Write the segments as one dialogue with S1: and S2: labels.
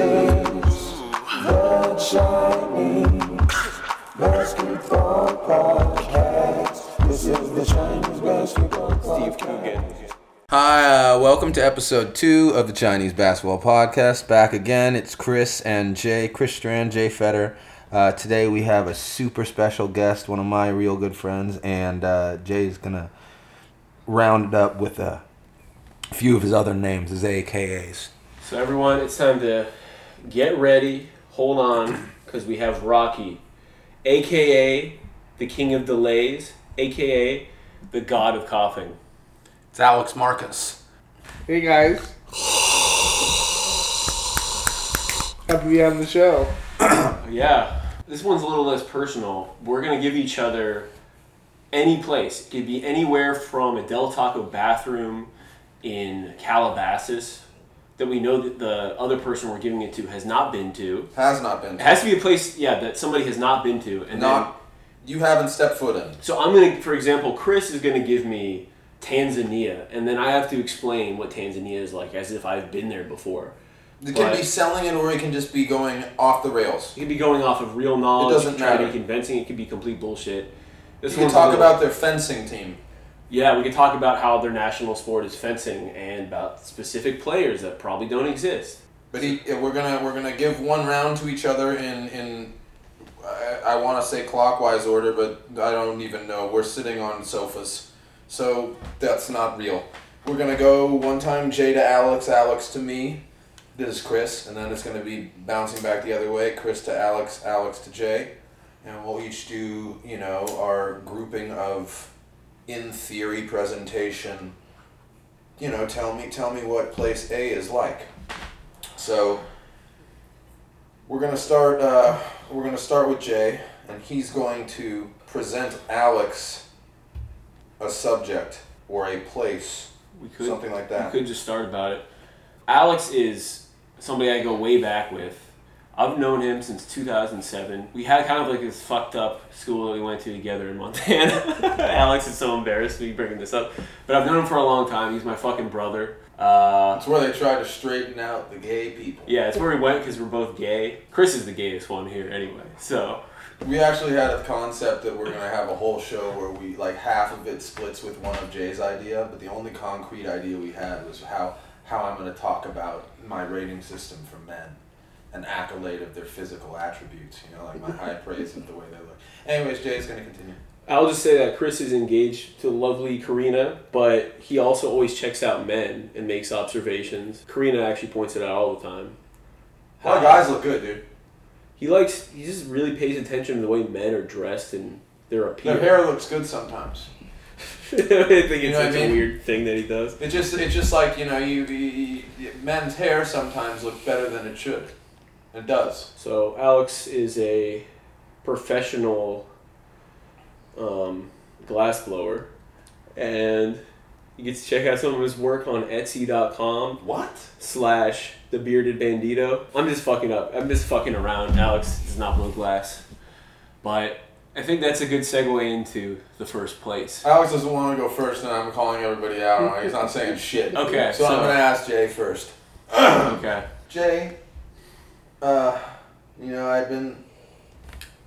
S1: voices, the Chinese basketball podcast. This is the Chinese basketball podcast.
S2: Hi, uh, welcome to episode two of the Chinese Basketball Podcast. Back again, it's Chris and Jay, Chris Strand, Jay Fetter. Uh, today we have a super special guest, one of my real good friends, and uh, Jay's gonna round it up with a few of his other names, his AKAs.
S3: So everyone, it's time to get ready, hold on, because we have Rocky, aka the King of Delays, aka the God of Coughing.
S4: It's Alex Marcus.
S5: Hey guys. Happy to be on the show.
S3: Yeah, this one's a little less personal. We're gonna give each other any place. It could be anywhere from a Del Taco bathroom in Calabasas that we know that the other person we're giving it to has not been to.
S4: Has not been.
S3: It has to be a place, yeah, that somebody has not been to, and then
S4: Not. You haven't stepped foot in.
S3: So I'm gonna, for example, Chris is gonna give me Tanzania, and then I have to explain what Tanzania is like as if I've been there before.
S4: It can
S3: Right.
S4: be selling it, or it can just be going off the rails.
S3: It could be going off of real knowledge,
S4: It doesn't
S3: trying to be
S4: matter.
S3: convincing. It could be complete bullshit. This
S4: You can
S3: one's a
S4: talk
S3: little-
S4: about their fencing team.
S3: yeah, we could talk about how their national sport is fencing and about specific players that probably don't exist.
S4: But he, yeah, we're gonna we're gonna give one round to each other in in I, I want to say clockwise order, but I don't even know. We're sitting on sofas, so that's not real. We're gonna go one time Jay to Alex, Alex to me. This is Chris, and then it's gonna be bouncing back the other way. Chris to Alex, Alex to Jay, and we'll each do you know our grouping of in theory presentation. You know, tell me tell me what place A is like. So we're gonna start. Uh, we're gonna start with Jay, and he's going to present Alex a subject or a place,
S3: We could
S4: something like
S3: You
S4: that.
S3: could just start about it. Alex is somebody I go way back with. I've known him since 2007. We had kind of like this fucked up school that we went to together in Montana. Alex is so embarrassed me bringing this up, but I've known him for a long time. He's my fucking brother. Uh,
S4: That's where they try to straighten out the gay people.
S3: yeah, it's where we went because we're both gay. Chris is the gayest one here anyway, so
S4: We actually had a concept that we're gonna have a whole show where we like half of it splits with one of Jay's idea, but the only concrete idea we had was how how I'm gonna talk about my rating system for men, an accolade of their physical attributes, you know, like my high praise of the way they look. Anyways, Jay's gonna continue.
S3: I'll just say that Chris is engaged to lovely Karina, but he also always checks out men and makes observations. Karina actually points it out all the time.
S4: A lot of guys look good, dude.
S3: He likes. He just really pays attention to the way men are dressed and their appearance.
S4: Their hair looks good sometimes.
S3: I think it's
S4: know what I
S3: such
S4: mean?
S3: a weird thing that he does.
S4: It just it's just like you know you, you, you men's hair sometimes look better than it should. It does.
S3: So Alex is a professional um, glass blower, and you get to check out some of his work on Etsy.com
S4: What?
S3: slash the bearded bandito. I'm just fucking up. I'm just fucking around. Alex does not blow glass, but I think that's a good segue into the first place.
S4: Alex doesn't want to go first, and I'm calling everybody out. on it. He's not saying shit.
S3: Okay,
S4: So, I'm
S3: so-
S4: gonna ask Jay first.
S3: Okay.
S4: Jay, uh, you know I've been.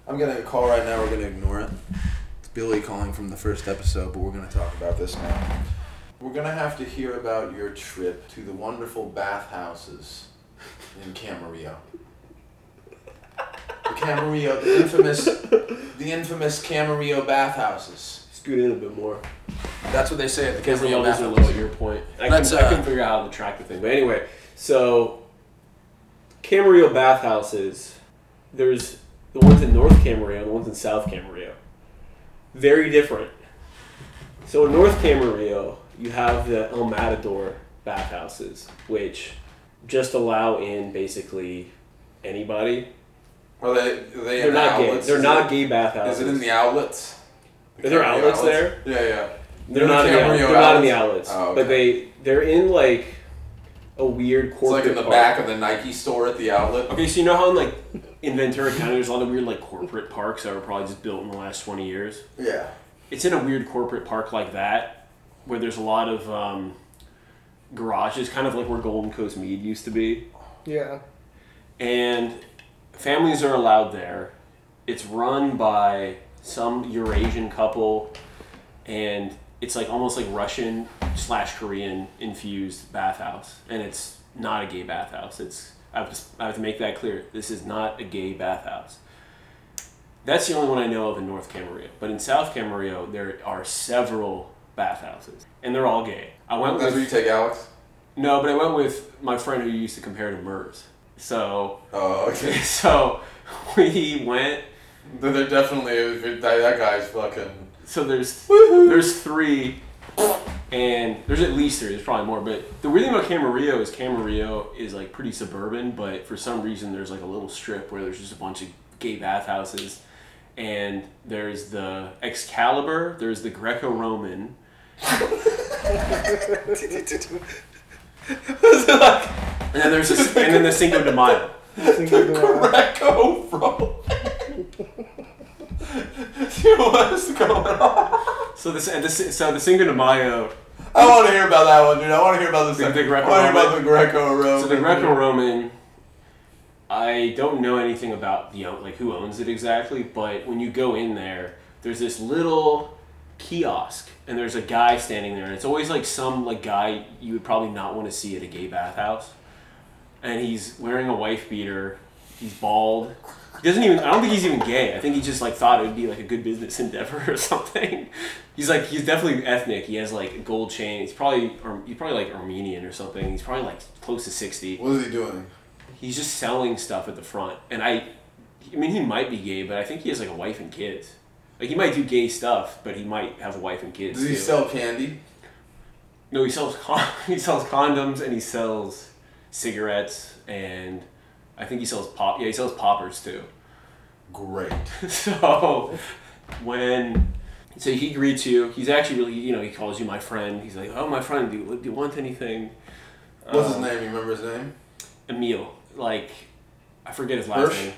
S4: I'm gonna call right now. We're gonna ignore it. It's Billy calling from the first episode, but we're gonna talk about this now. We're gonna have to hear about your trip to the wonderful bathhouses in Camarillo. The Camarillo, the infamous, the infamous Camarillo bathhouses.
S3: Scoot in a bit more.
S4: That's what they say at the
S3: Because the
S4: Camarillo
S3: levels are
S4: bathhouses.
S3: low at your point. I,
S4: Let's,
S3: can, I
S4: uh,
S3: couldn't figure out how to track the thing. But anyway, so Camarillo bathhouses, there's the ones in North Camarillo and the ones in South Camarillo. Very different. So in North Camarillo, you have the El Matador bathhouses, which just allow in basically anybody.
S4: Are they? Are they
S3: They're
S4: in the
S3: not gay.
S4: outlets?
S3: They're
S4: Is
S3: not
S4: it-
S3: gay bathhouses.
S4: Is it in the outlets?
S3: Are there outlets
S4: there? Yeah, yeah.
S3: They're not in the outlets.
S4: Camarillo
S3: They're not in the outlets.
S4: Oh, okay.
S3: But they they're in like a weird
S4: It's
S3: corporate.
S4: like in the
S3: park.
S4: back of the Nike store at the outlet.
S3: Okay, so you know how in like in Ventura County there's a lot of weird like corporate parks that were probably just built in the last twenty years.
S4: Yeah.
S3: It's in a weird corporate park like that where there's a lot of um, garages, kind of like where Golden Coast Mead used to be.
S5: Yeah.
S3: and families are allowed there. It's run by some Eurasian couple, and it's like almost like Russian slash Korean infused bathhouse, and it's not a gay bathhouse. It's I have, to, I have to make that clear. This is not a gay bathhouse. That's the only one I know of in North Camarillo. But in South Camarillo, there are several bathhouses, and they're all gay. I went
S4: That's
S3: with
S4: what you take, Alex.
S3: no, but I went with my friend who used to compare to MERS. So,
S4: Oh, okay.
S3: so we went.
S4: They're they're definitely that, that guy's fucking.
S3: So there's there's three, and there's at least three. There's probably more, but the weird thing about Camarillo is Camarillo is like pretty suburban, but for some reason there's like a little strip where there's just a bunch of gay bathhouses, and there's the Excalibur, there's the Greco-Roman,
S4: Was it like
S3: and then there's a, and then the Cinco de Mayo.
S4: Greco from? Dude, what is going on?
S3: So this and this so the Cinco de Mayo
S4: I want to hear about that one, dude. I want to hear about this.
S3: The- the
S4: I want to hear about the Greco Roman.
S3: So the Greco-Roman, I don't know anything about the own- like who owns it exactly, but when you go in there, there's this little kiosk and there's a guy standing there, and it's always like some like guy you would probably not want to see at a gay bathhouse, and he's wearing a wife beater, he's bald. He doesn't even. I don't think he's even gay. I think he just like thought it would be like a good business endeavor or something. He's like he's definitely ethnic. He has like a gold chain. He's probably or he's probably like Armenian or something. He's probably like close to sixty
S4: What is he doing?
S3: he's just selling stuff at the front and i i mean he might be gay but i think he has like a wife and kids like he might do gay stuff but he might have a wife and kids
S4: Does he
S3: too.
S4: sell candy?
S3: no he sells con- he sells condoms and he sells cigarettes and i think he sells pop yeah he sells poppers too
S4: Great.
S3: so when so he greets you he's actually really you know he calls you my friend he's like oh my friend do you, do you want anything Um,
S4: What's his name? You remember his name?
S3: emil like i forget his last
S4: Hirsch?
S3: name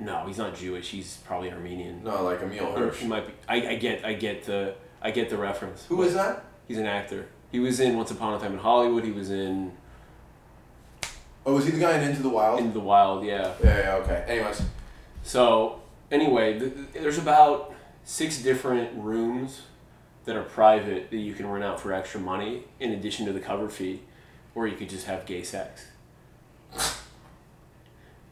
S3: no he's not jewish he's probably armenian
S4: No, like Emil
S3: Or
S4: Oh, Hirsch.
S3: He might be. I, I get. I get the. I get the reference.
S4: Who is that?
S3: He's an actor. He was in Once Upon a Time in Hollywood. He was in
S4: Oh, is he the guy in Into the Wild?
S3: In the Wild. Yeah.
S4: yeah, yeah, okay. Anyways,
S3: So anyway, th- th- there's about six different rooms that are private that you can rent out for extra money in addition to the cover fee, or you could just have gay sex.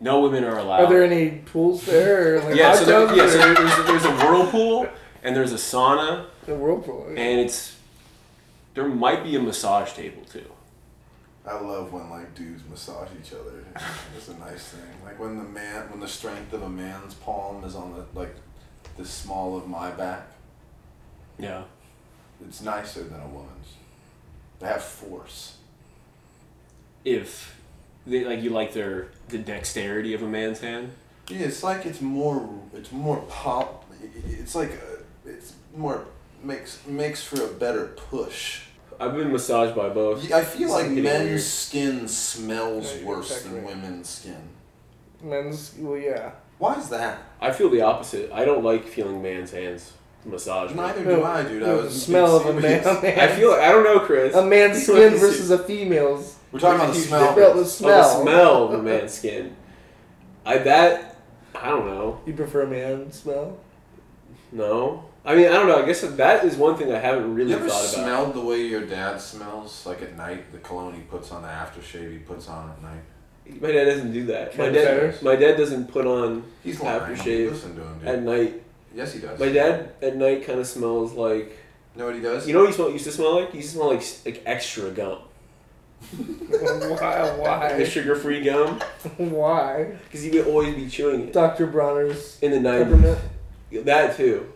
S3: No women are allowed.
S5: Are there any pools there? Or like
S3: Uh, yeah,
S5: hot
S3: so there,
S5: tubs
S3: yeah, so
S5: or
S3: there- there's, there's a whirlpool and there's a sauna
S5: the whirlpool.
S3: and it's there might be a massage table too.
S4: I love when like dudes massage each other. It's a nice thing. Like when the man, when the strength of a man's palm is on the like the small of my back.
S3: Yeah.
S4: It's nicer than a woman's. They have force.
S3: If they like you like their the dexterity of a man's hand.
S4: Yeah, it's like it's more. It's more pop. It's like a, it's more makes makes for a better push.
S3: I've been massaged by both.
S4: Yeah, I feel like
S3: Getting
S4: men's
S3: weird.
S4: skin smells
S5: Yeah, you're
S4: worse
S5: exactly
S4: than
S5: right.
S4: women's skin.
S5: Men's, well, yeah.
S4: Why is that?
S3: I feel the opposite. I don't like feeling man's hands massage. me.
S4: Neither
S5: No,
S4: do I, dude. I
S5: no,
S4: was
S5: the smell of a man.
S3: I feel I don't know, Chris.
S5: a man's
S3: People have
S5: skin
S3: to see-
S5: versus a female's.
S4: We're talking about the
S3: Huge
S4: smell.
S5: I felt the
S3: Oh, the
S5: smell.
S3: smell of a man's skin. I that I don't know.
S5: You prefer man smell?
S3: No. I mean, I don't know. I guess that is one thing I haven't really
S4: You ever
S3: thought about.
S4: smelled the way your dad smells? Like at night, the cologne he puts on, the aftershave he puts on at night.
S3: My dad doesn't do that. My
S5: Kind
S3: dad,
S5: of
S3: my dad doesn't put on
S4: He's lying.
S3: Aftershave.
S4: Listen to him, dude.
S3: at night.
S4: yes, he does.
S3: My dad at night kind of smells like
S4: You know what he does?
S3: you know what he smell, used to smell like. He used to smell like like extra gum,
S5: why?
S3: like
S5: Why?
S3: sugar free gum,
S5: Why?
S3: because he would always be chewing it
S5: Dr. Bronner's
S3: in the nineties.
S5: peppermint.
S3: That too.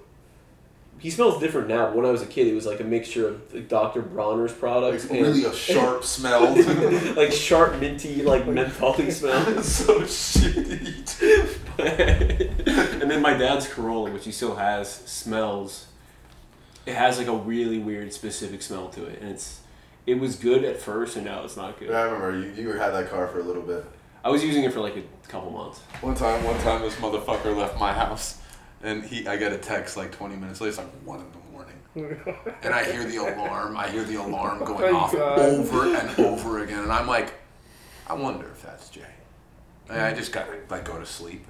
S3: He smells different now. but When I was a kid, it was like a mixture of like, Dr. Bronner's products
S4: Like,
S3: and
S4: really a sharp smell. dude.
S3: like sharp minty, like mentholy smell.
S4: It's so shitty.
S3: and then my dad's Corolla, which he still has, smells. It has like a really weird, specific smell to it, and it's. It was good at first, and now it's not good.
S4: Yeah, I remember you, you had that car for a little bit.
S3: I was using it for like a couple months.
S4: One time, one time, this motherfucker left my house, and he, I get a text like 20 minutes later. It's like one in the morning, and I hear the alarm. I hear the alarm going
S5: Oh,
S4: off
S5: God.
S4: over and over again, and I'm like, I wonder if that's Jay. And I just got to like go to sleep.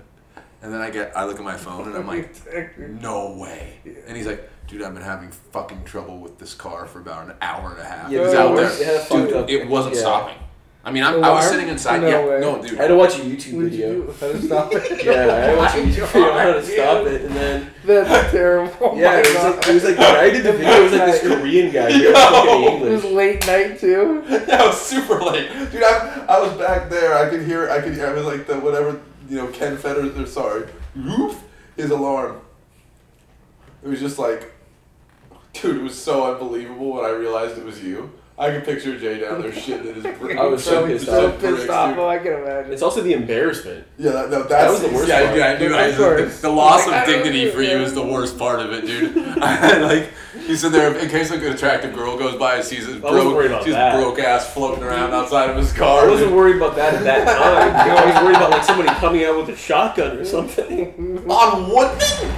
S4: And then I get I look at my phone and I'm like,
S3: "Mm,
S4: no way. And he's like, dude, I've been having fucking trouble with this car for about an hour and a half.
S3: Yeah,
S4: it was
S5: no,
S4: out
S5: it
S3: was- it had a
S4: there,
S3: fucked
S4: dude.
S3: up-
S4: It wasn't
S3: yeah.
S4: stopping. I mean, I'm,
S5: The
S4: I was
S5: wire?
S4: sitting inside.
S5: No
S4: yeah,
S5: way.
S4: no, dude.
S3: I had to watch a YouTube
S5: What did
S3: video.
S5: you do? How to stop it?
S3: Yeah, I had to watch a
S5: Oh my
S3: YouTube video on how to
S5: God,
S3: stop
S5: dude.
S3: it, and then
S5: That's terrible. Oh
S3: yeah,
S5: my
S3: it was, like,
S5: God.
S3: it was like when I did the video. It was like this Korean guy who didn't speak any
S5: It was
S3: English.
S5: late night too.
S4: that was super late, dude. I, I was back there. I could hear. I could. hear- I was like the whatever you know. Ken Fetters. Or sorry, oof, his alarm. It was just like, dude. It was so unbelievable when I realized it was you. I could picture Jay down there shitting in his brick.
S3: I was so
S4: shitting in his
S3: pissed
S5: So
S3: off.
S4: bricks,
S5: pissed off.
S4: dude.
S5: Oh, I can imagine.
S3: It's also the embarrassment.
S4: Yeah, that, no, that's
S3: was the worst
S4: Yeah,
S3: part.
S4: yeah, I knew. I,
S5: Of course.
S4: the, the loss
S5: I
S4: of
S5: don't
S4: dignity
S5: know.
S4: for you is the worst part of it, dude. like you sit there in case like an attractive girl goes by and sees his
S3: wasn't
S4: broke,
S3: worried about
S4: she's
S3: that.
S4: broke ass floating around outside of his car.
S3: I wasn't worried about that at that time. You know, I was worried about like somebody coming out with a shotgun or something.
S4: on one thing.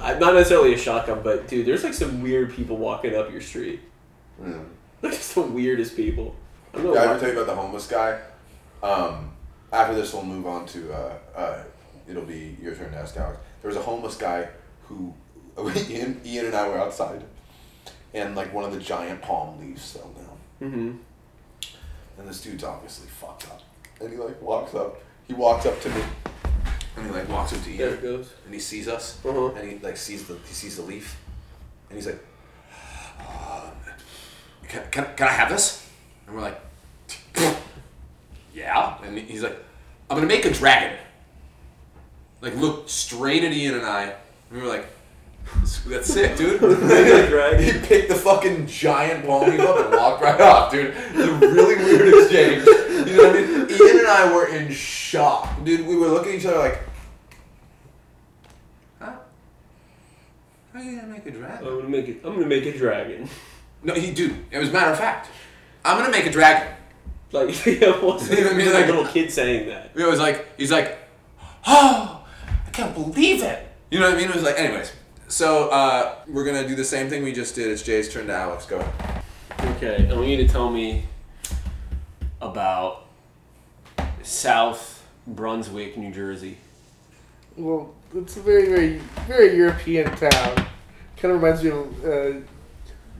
S3: I'm not necessarily a shotgun, but dude, there's like some weird people walking up your street. Like just the weirdest people. I don't know
S4: Yeah, I ever
S3: why.
S4: tell you about the homeless guy? Um, after this, we'll move on to uh, uh, it'll be your turn to ask Alex. There was a homeless guy who Ian, Ian and I were outside, and like one of the giant palm leaves fell down.
S3: Mhm.
S4: And this dude's obviously fucked up, and he like walks up. He walks up to me, and he like walks up to
S3: There
S4: Ian,
S3: it goes.
S4: and he sees us,
S3: Uh-huh.
S4: and he like sees the he sees the leaf, and he's like, "Um, can, can, can I have this? And we're like, yeah. And he's like, I'm gonna make a dragon. Like looked straight at Ian and I, and we were like, that's sick, dude.
S3: a dragon.
S4: He picked the fucking giant palm leaf up and walked right off, dude. It was a really weird exchange. You know what I mean? Ian and I were in shock, dude. We were looking at each other like, huh? How are you gonna make a dragon?
S3: I'm gonna make it. I'm gonna make a dragon.
S4: No, he dude. It was a matter of fact. I'm gonna make a dragon.
S3: Like it wasn't
S4: You know what I
S3: even
S4: mean?
S3: like
S4: Like-
S3: a little kid saying that.
S4: It was like he's like, oh, I can't believe it. You know what I mean? It was like, anyways. So uh, we're gonna do the same thing we just did. It's Jay's turn to Alex. Go. ahead.
S3: Okay, I want you to tell me about South Brunswick, New Jersey.
S5: Well, it's a very, very, very European town. Kind of reminds me of, uh,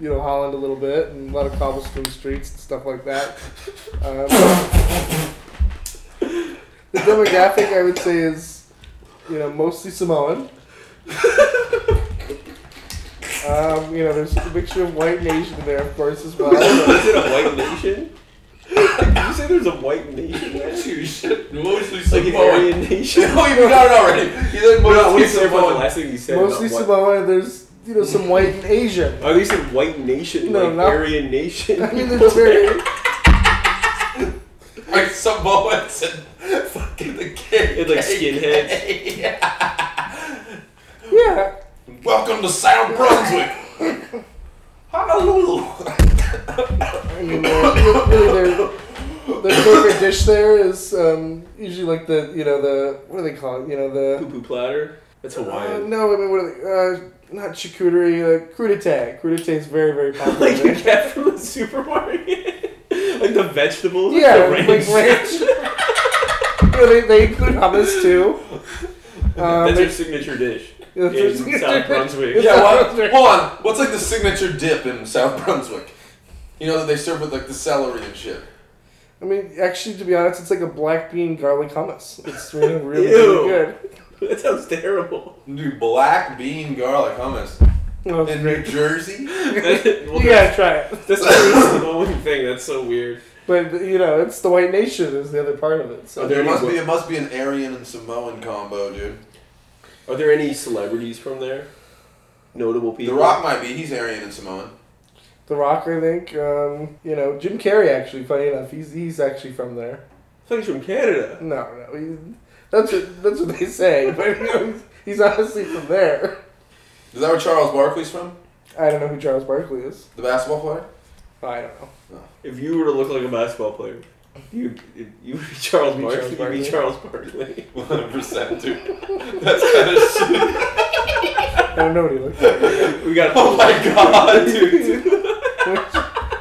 S5: you know, Holland a little bit, and a lot of cobblestone streets and stuff like that. Um, the demographic, I would say, is, you know, mostly Samoan. Um, you know, there's a mixture of white and Asian in there, of course, as well.
S3: Is it a white nation? Did you say there's a white nation? there?
S4: Mostly
S3: Like an Aryan nation?
S4: No, you got it already. He's like
S3: No,
S4: mostly
S3: what's the
S4: Samoan.
S3: last thing you said?
S5: mostly
S3: about white-
S5: Samoan. and There's, you know, some white and Asian.
S3: Are these a white nation?
S5: No,
S3: like
S5: not-
S3: Aryan nation?
S5: I mean, there's very.
S4: Like Samoans and fucking the kid.
S3: And like skinheads?
S5: Yeah.
S4: Welcome to South Brunswick. Honolulu.
S5: I mean, they're- really, their their favorite dish there is um, usually like the you know the what do they call it? You know
S3: Poo
S5: the
S3: poo platter? That's
S5: uh,
S3: Hawaiian.
S5: no, I mean, what are they? Uh, not charcuterie, uh, crudité. Crudité is very very popular.
S3: Like you get from the supermarket? like the vegetables?
S5: yeah,
S3: the
S5: like
S3: ranch?
S5: ranch. you know, they, they include hummus too. Um,
S3: That's
S5: they-
S3: your signature dish.
S5: Yeah,
S3: in
S5: it's-
S3: South Brunswick.
S4: Yeah, well, hold on. What's like the signature dip in South Brunswick? You know that they serve with like the celery and shit.
S5: I mean, actually, to be honest, it's like a black bean garlic hummus. It's really really,
S3: Ew.
S5: really good.
S3: That sounds terrible.
S4: Dude, black bean garlic hummus
S5: Oh, it's
S4: in New
S5: great.
S4: Jersey.
S3: well,
S5: You gotta try it.
S3: That's the only thing that's so weird.
S5: But you know, it's the white nation is the other part of it. So
S3: there
S4: There
S3: any
S4: must be
S3: wo-
S4: it must be an Aryan and Samoan combo, dude.
S3: Are there any celebrities from there? Notable
S4: The
S3: people.
S4: Rock might be. He's Aryan and Samoan.
S5: The Rock, I think. Um, you know, Jim Carrey. Actually, funny enough, he's he's actually from there.
S3: I thought he's from Canada.
S5: No, no, he, that's what that's what they say. But you know, he's, he's honestly from there.
S4: Is that where Charles Barkley's from?
S5: I don't know who Charles Barkley is.
S4: The basketball player?
S5: I don't know.
S3: If you were to look like a basketball player, you you would be Charles
S5: Be
S3: Barkley.
S5: Charles
S3: You'd be Charles Barkley.
S4: One hundred percent, dude. That's kind of shit.
S5: I don't know what he looks like.
S3: Oh we got.
S4: Oh my god, dude.
S5: Which,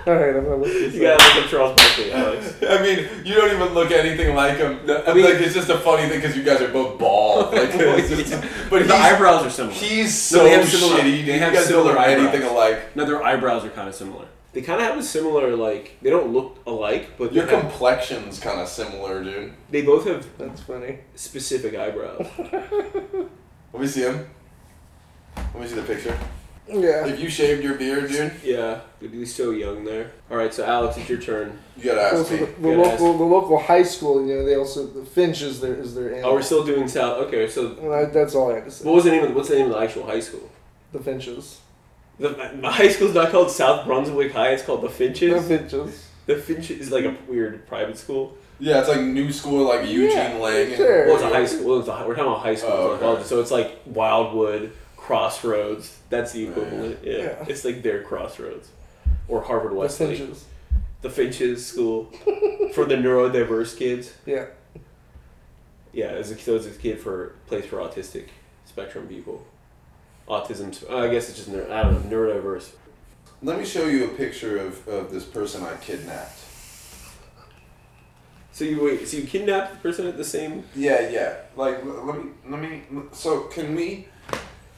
S5: All right, I'm gonna look this
S3: You gotta
S5: up.
S3: look up Charles Barkley, Alex.
S4: I mean, you don't even look anything like him.
S3: I mean-
S4: like it's just a funny thing because you guys are both bald. Like, it's just- but
S3: the
S4: he's,
S3: eyebrows are similar.
S4: he's
S3: No,
S4: so
S3: they have similar-
S4: shitty.
S3: they
S4: you
S3: have
S4: guys don't
S3: similar
S4: look anything
S3: eyebrows.
S4: alike.
S3: No, their eyebrows are kind of similar. They kind of have a similar like. They don't look alike, but they,
S4: Your
S3: have,
S4: complexion's kind of similar, dude.
S3: they both have
S5: That's funny.
S3: specific eyebrows.
S4: Let me see him. Let me see the picture.
S5: Yeah.
S4: If you shaved your beard, dude,
S3: yeah, dude, he's so young there. All right, so Alex, it's your turn.
S4: you gotta ask
S5: Also,
S4: me.
S5: the, the
S3: Good
S5: local, the local high school, you know, they also the Finch is their is their
S3: Oh,
S5: animal.
S3: we're still doing South. Okay, so
S5: Well, that- that's all I had to say.
S3: what was the name of what's the name of the actual high school?
S5: the Finches.
S3: The, the high school's not called South Brunswick High. It's called the
S5: The
S3: Finches.
S5: Finches.
S3: The Finch is like a weird private school.
S4: Yeah, it's like new school, like Eugene
S5: Yeah,
S4: Lang. and-
S5: sure.
S3: Well, it's a high school. Well, it's a, high- we're talking about high school.
S4: Oh,
S3: It's not
S4: okay.
S3: So it's like Wildwood, Crossroads. That's the equivalent. Yeah.
S5: Yeah.
S3: It's like their Crossroads. Or Harvard
S5: The
S3: Westlake.
S5: Finches.
S3: The Finches School for the neurodiverse kids.
S5: Yeah.
S3: Yeah, as a, so it's a kid for place for autistic spectrum people. Autism. sp- I guess it's just neur- I don't know neurodiverse.
S4: Let me show you a picture of, of this person I kidnapped.
S3: So you wait. So you kidnapped the person at the same.
S4: Yeah, yeah. Like, l- let me, let me. So, can we,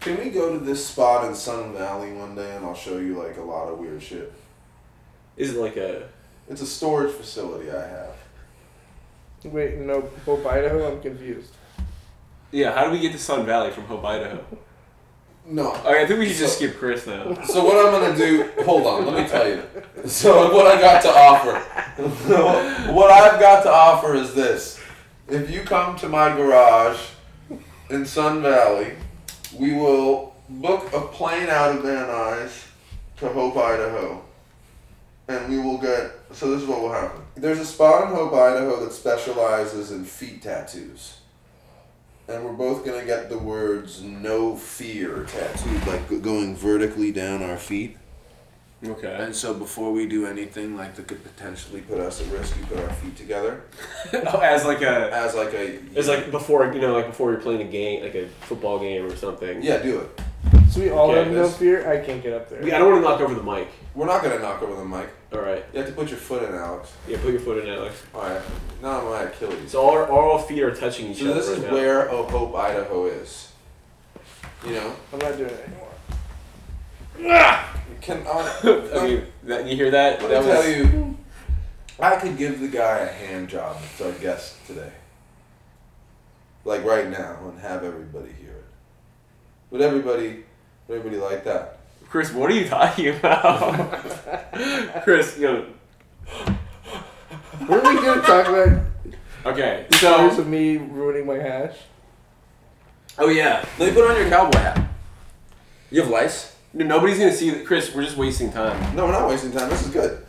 S4: can we go to this spot in Sun Valley one day, and I'll show you like a lot of weird shit.
S3: Is it like a?
S4: It's a storage facility I have.
S5: Wait, no, Hope Idaho. I'm confused.
S3: Yeah. How do we get to Sun Valley from Hope, Idaho?
S4: No.
S3: Okay, I think we should just
S4: So-
S3: skip Chris though.
S4: So what I'm gonna do? Hold on. Let me tell you. So what I got to offer. what I've got to offer is this: if you come to my garage in Sun Valley, we will book a plane out of Van Nuys to Hope, Idaho. And we will get. So this is what will happen. There's a spot in Hope, Idaho that specializes in feet tattoos. And we're both gonna get the words "no fear" tattooed, like g- going vertically down our feet.
S3: Okay.
S4: And so before we do anything like that could potentially put us at risk, we put our feet together
S3: As like a.
S4: as like a.
S3: It's like before you know, like before you're playing a game, like a football game or something.
S4: Yeah, do it.
S5: So we all
S3: Okay,
S5: have no
S3: this-
S5: fear. I can't get up there.
S3: I don't want to knock over the mic.
S4: We're not gonna knock over the mic.
S3: All right.
S4: You have to put your foot in, Alex.
S3: Yeah, put your foot in, Alex.
S4: All right, not my Achilles.
S3: So all our, all our feet are touching each
S4: So
S3: other.
S4: this
S3: right
S4: is
S3: now.
S4: where Oh Hope, Idaho is. You know,
S5: I'm not doing it anymore.
S4: you can. Uh,
S3: I mean, that, you hear that?
S4: let
S3: that
S4: me tell you, I could give the guy a hand job to our guest today, like right now, and have everybody hear it. Would everybody, would everybody like that?
S3: Chris, what are you talking about? Chris, you know,
S5: Were we gonna talk about
S3: okay.
S5: stories
S3: So,
S5: of me ruining my hash?
S3: oh yeah,
S2: Let me put on your cowboy hat. You have lice?
S3: No, nobody's gonna see that. Chris, we're just wasting time.
S4: No, we're not wasting time. This is good.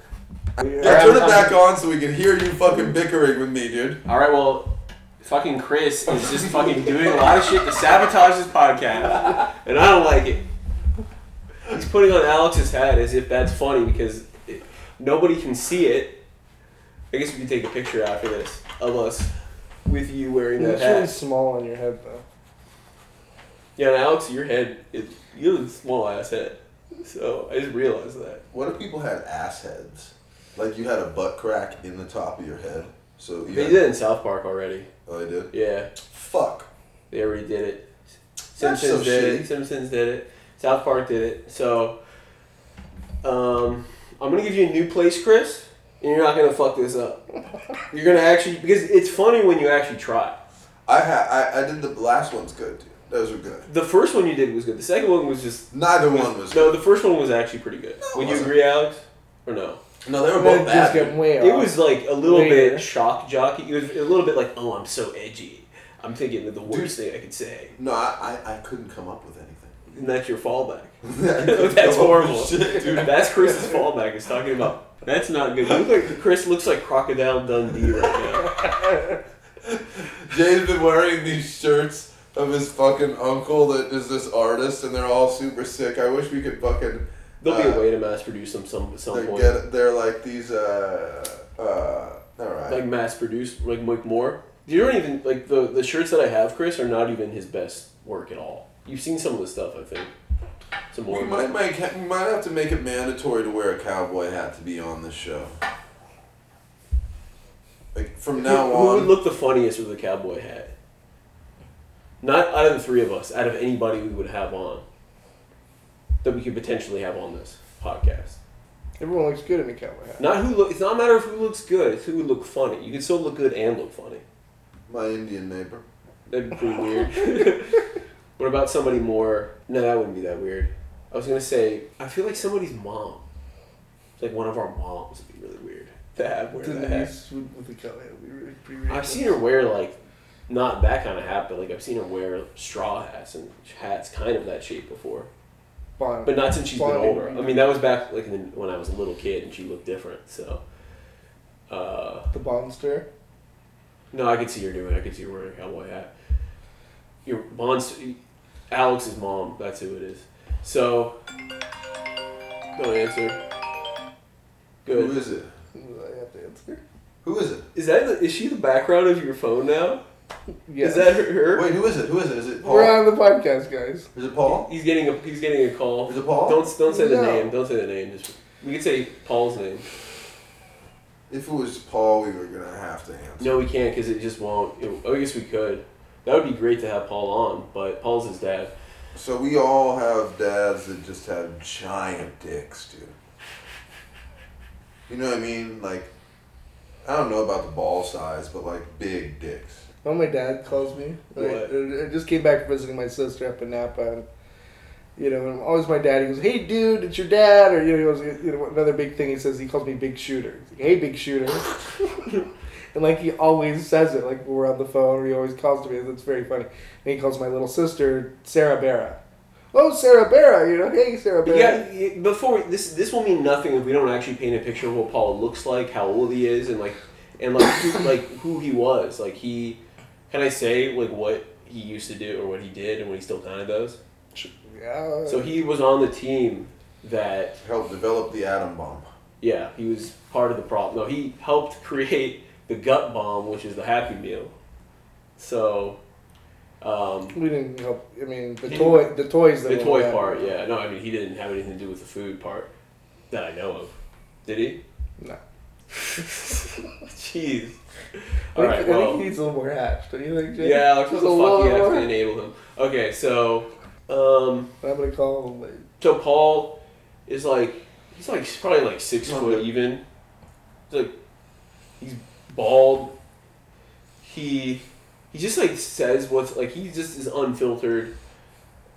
S5: Yeah.
S4: Yeah,
S3: I'm-
S4: turn it
S3: I'm-
S4: back on so we can hear you fucking bickering with me, dude.
S3: All right, well, fucking Chris is just fucking doing a lot of shit to sabotage this podcast, and I don't like it. He's putting on Alex's hat as if that's funny because it, nobody can see it. I guess we can take a picture after this of us with you wearing that
S5: It's really
S3: hat.
S5: small on your head though.
S3: Yeah, and Alex, your head, it, you have a small ass head. So I just realized that.
S4: What if people had ass heads? Like you had a butt crack in the top of your head. So you
S3: They
S4: had-
S3: did it in South Park already.
S4: Oh, they did.
S3: Yeah.
S4: Fuck.
S3: They already did it.
S4: That's
S3: Simpsons
S4: so
S3: did it.
S4: shitty.
S3: Simpsons did it. South Park did it. So, um, I'm gonna give you a new place, Chris, and you're not gonna fuck this up. You're gonna actually because it's funny when you actually try.
S4: I had. I, I did the last one's good. Dude. Those were good.
S3: The first one you did was good. The second one was just
S4: Neither one was.
S3: no.
S4: good.
S3: The first one was actually pretty good. Would you
S4: wasn't.
S3: agree, Alex? Or no?
S4: No, they were
S5: That
S4: both
S5: just
S4: bad.
S5: got
S4: dude.
S5: way off.
S3: It was like a little
S5: Later.
S3: bit shock jockey. It was a little bit like, oh, I'm so edgy. I'm thinking of the worst thing I could say,
S4: No, I, I, I couldn't come up with anything.
S3: and that's your fallback.
S4: I couldn't
S3: That's
S4: come up with
S3: horrible.
S4: shit, dude.
S3: That's Chris's fallback. Is talking about. That's not good. You look like Chris looks like Crocodile Dundee right
S4: Jay's been wearing these shirts of his fucking uncle that is this artist, and they're all super sick. I wish we could fucking.
S3: now. There'll be
S4: uh,
S3: a way to mass produce them some at some
S4: They're,
S3: point.
S4: get, they're like these, uh, uh, alright.
S3: Like mass produce, like Mike Moore. You don't even like the the shirts that I have, Chris, are not even his best work at all. You've seen some of the stuff, I think. It's a
S4: We
S3: more
S4: might make ha- we might have to make it mandatory to wear a cowboy hat to be on this show. Like from now
S3: who, who would
S4: on,
S3: look the funniest with a cowboy hat? Not out of the three of us, out of anybody we would have on that we could potentially have on this podcast.
S5: Everyone looks good in a cowboy hat.
S3: Not who look. It's not a matter of who looks good. It's who would look funny. You could still look good and look funny.
S4: my Indian neighbor.
S3: That'd be pretty weird. what about somebody more? No, that wouldn't be that weird. I was gonna say, I feel like somebody's mom. It's like one of our moms would be really weird to have wear that hat.
S5: Denise would- with a cowboy hat would be really pretty weird.
S3: I've seen her wear like not that kind of hat, but like I've seen her wear straw hats and hats kind of that shape before.
S5: Bon-
S3: But not since she's been
S5: Bonnie
S3: older.
S5: Reed.
S3: I mean, that was back like in the, when I was a little kid and she looked different. So, uh,
S5: the Bonster.
S3: no, I could see her doing. it. I could see her wearing a cowboy hat. Your monster, Alex's mom. That's who it is. So, no answer.
S4: Who
S3: Good.
S4: is it?
S5: I have to answer.
S4: Who is it?
S3: Is that the, is she the background of your phone now?
S5: Yes.
S3: Is that her? her?
S4: Wait, who is it? Who is it? Is it
S5: We're
S4: Paul?
S5: on the podcast, guys.
S4: Is it Paul?
S3: He's getting a he's getting a call.
S4: Is it Paul?
S3: Don't don't say the
S5: No.
S3: name. Don't say the name. Just we could say Paul's name.
S4: If it was Paul, we were gonna have to answer.
S3: No, we can't because it just won't. It, I guess we could. That would be great to have Paul on, but Paul's his dad.
S4: So we all have dads that just have giant dicks, dude. You know what I mean? Like, I don't know about the ball size, but like big dicks.
S5: Well, my dad calls me. I-
S3: What?
S5: I, I just came back from visiting my sister up in Napa, and you know, and always my dad. He goes, "Hey, dude, it's your dad," or you know, he was, you know, another big thing. He says he calls me Big Shooter. He's like, hey, Big Shooter, and like he always says it, like when we're on the phone, or he always calls to me. That's very funny. And he calls my little sister Sarah Barra. Oh, Sarah Barra, you know, hey, Sarah Barra.
S3: Yeah. yeah, Before we, this, this will mean nothing if we don't actually paint a picture of what Paul looks like, how old he is, and like, and like, who, like who he was. Like he, can I say like what he used to do or what he did and what he still kind of does?
S5: Yeah.
S3: So he was on the team that
S4: Help develop the atom bomb.
S3: Yeah, he was part of the problem. No, he helped create the gut bomb, which is the Happy Meal. So, um,
S5: we didn't help. I mean, the
S3: He-
S5: toy, the toys. That
S3: the
S5: were
S3: toy
S5: left.
S3: part, yeah. No, I mean, he didn't have anything to do with the food part that I know of. Did he?
S5: No.
S3: Jeez.
S5: I
S3: All
S5: think,
S3: right,
S5: I think he
S3: well,
S5: needs a little more hash. Don't you think, Jay?
S3: yeah, Alex was
S5: Just
S3: a
S5: a
S3: fuck.
S5: little
S3: You have to
S5: more.
S3: enable him. Okay, so, um,
S5: I'm gonna call him. Like,
S3: so Paul is like, he's like, he's probably like six foot even. He's like, he's bald. He, he just like says what's like. He just is unfiltered.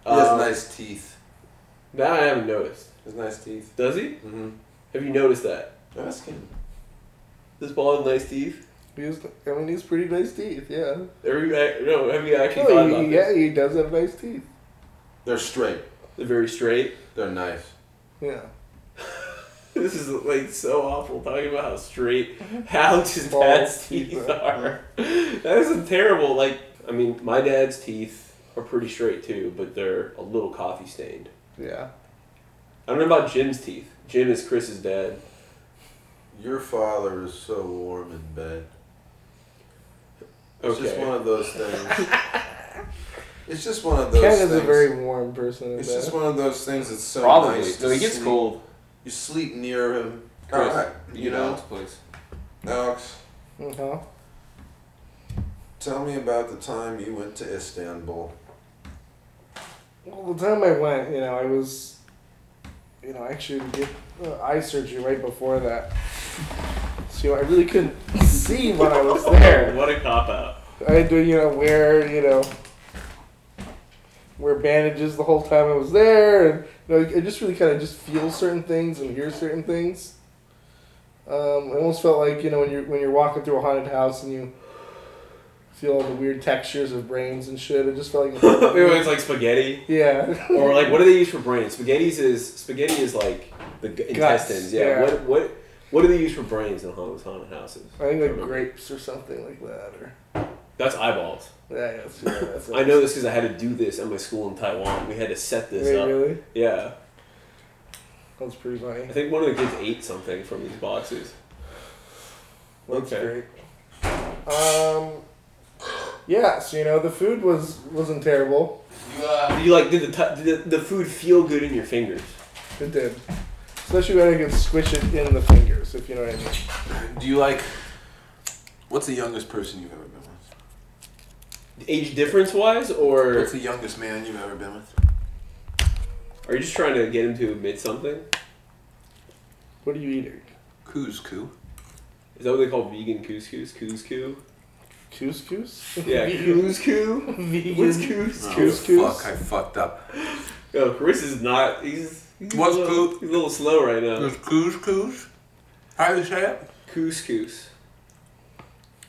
S4: He has
S3: Um,
S4: nice teeth.
S3: That I haven't noticed.
S4: He has nice teeth.
S3: Does he?
S4: Mm-hmm.
S3: Have you noticed that?
S4: Ask him.
S3: This bald, nice teeth.
S5: He's, I mean, he's pretty nice teeth, yeah.
S3: Are you, ac- no, have you actually thought
S5: No,
S3: about
S5: he-
S3: this?
S5: Oh, yeah, he does have nice teeth.
S4: They're straight.
S3: They're very straight.
S4: They're nice.
S5: Yeah.
S3: This is like so awful talking about how straight Alex's
S5: Bald
S3: dad's
S5: Mm-hmm. teeth,
S3: teeth
S5: uh,
S3: are. That isn't terrible. Like, I mean, my dad's teeth are pretty straight too, but they're a little coffee stained.
S5: Yeah.
S3: I don't know about Jim's teeth. Jim is Chris's dad.
S4: Your father is so warm in bed. It's
S3: Okay.
S4: just one of those things. it's just one of those
S5: Ken
S4: things.
S5: is a very warm person.
S4: it's just one of those things that's so
S6: Probably.
S4: nice.
S6: no,
S4: to
S6: he gets
S4: sleep-
S6: cold.
S4: You sleep near him. All
S6: Chris,
S4: right. You
S6: get
S4: know,
S6: Alex, please.
S4: Alex.
S5: Uh-huh.
S4: Tell me about the time you went to Istanbul.
S5: Well, the time I went, you know, I was, you know, I actually did uh, eye surgery right before that. So I really couldn't see when I was there.
S3: What a cop out.
S5: I had to, you know, wear, you know, wear bandages the whole time I was there, and you know, I just really kind of just feel certain things and hear certain things. Um, I almost felt like you know when you're when you're walking through a haunted house and you feel all the weird textures of brains and shit. It just felt
S3: Wait, wait,
S5: like
S3: it's like spaghetti.
S5: yeah,
S3: Or like, what do they use for brains? Spaghetti's is spaghetti is like the g-
S5: Guts,
S3: intestines. Yeah.
S5: yeah.
S3: What what what do they use for brains in haunted haunted houses?
S5: I think like grapes or something like that, or
S3: That's eyeballs.
S5: yeah, yeah, that's, yeah, that's
S3: I know this because I had to do this at my school in Taiwan. We had to set this uh,
S5: Wait,
S3: up.
S5: really?
S3: Yeah,
S5: That's pretty funny.
S3: I think one of the kids ate something from these boxes.
S5: That's
S3: Okay.
S5: great. Um, Yes, you know the food was wasn't terrible.
S4: You, uh,
S3: You like did the, t- did the the food feel good in your fingers?
S5: It did, especially when I could squish it in the fingers, if you know what I mean.
S4: do you like? What's the youngest person you've ever been with?
S3: Age difference wise, or
S4: What's the youngest man you've ever been with?
S3: are you just trying to get him to admit something?
S5: What are you eating?
S4: Coos coo.
S3: Is that what they call vegan couscous? Couscous?
S5: Couscous.
S3: Yeah,
S5: Vegan.
S3: couscous.
S5: Vegan.
S3: What's couscous?
S5: Couscous.
S4: Oh, Fuck, I fucked up.
S3: Yo, Chris is not. He's, he's,
S4: What's
S3: a little,
S4: cous-
S3: he's a little slow right now.
S4: There's coos coos. How do you say it?
S3: Couscous.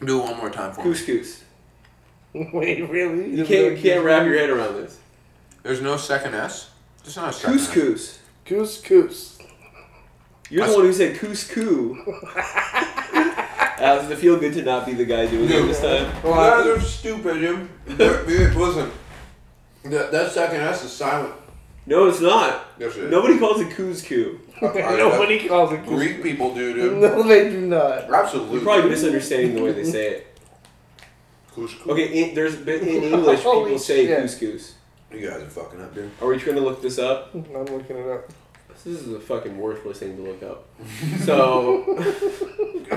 S4: Do it one more time for me.
S3: Couscous.
S5: Wait, really?
S3: You can't, you can't wrap your head around this.
S4: There's no second S. There's not a second S.
S3: Couscous.
S5: Couscous.
S3: You're the one who said couscous. Uh, does it feel good to not be the guy doing it this time?
S4: You guys are stupid, dude. You're- you're- Listen, that, that second S is silent.
S3: No, it's not.
S4: Yes, it is.
S3: Nobody calls it couscous.
S4: I-
S5: Nobody calls it couscous.
S4: Greek people do, dude.
S5: No, they do not.
S4: Absolutely.
S3: You're probably misunderstanding the way they say it.
S4: Couscous.
S3: Okay, in, there's been in English
S5: Holy
S3: people say
S5: shit.
S3: couscous.
S4: You guys are fucking up, dude.
S3: Are we trying to look this up?
S5: I'm looking it up.
S3: This is a fucking worthless thing to look up. So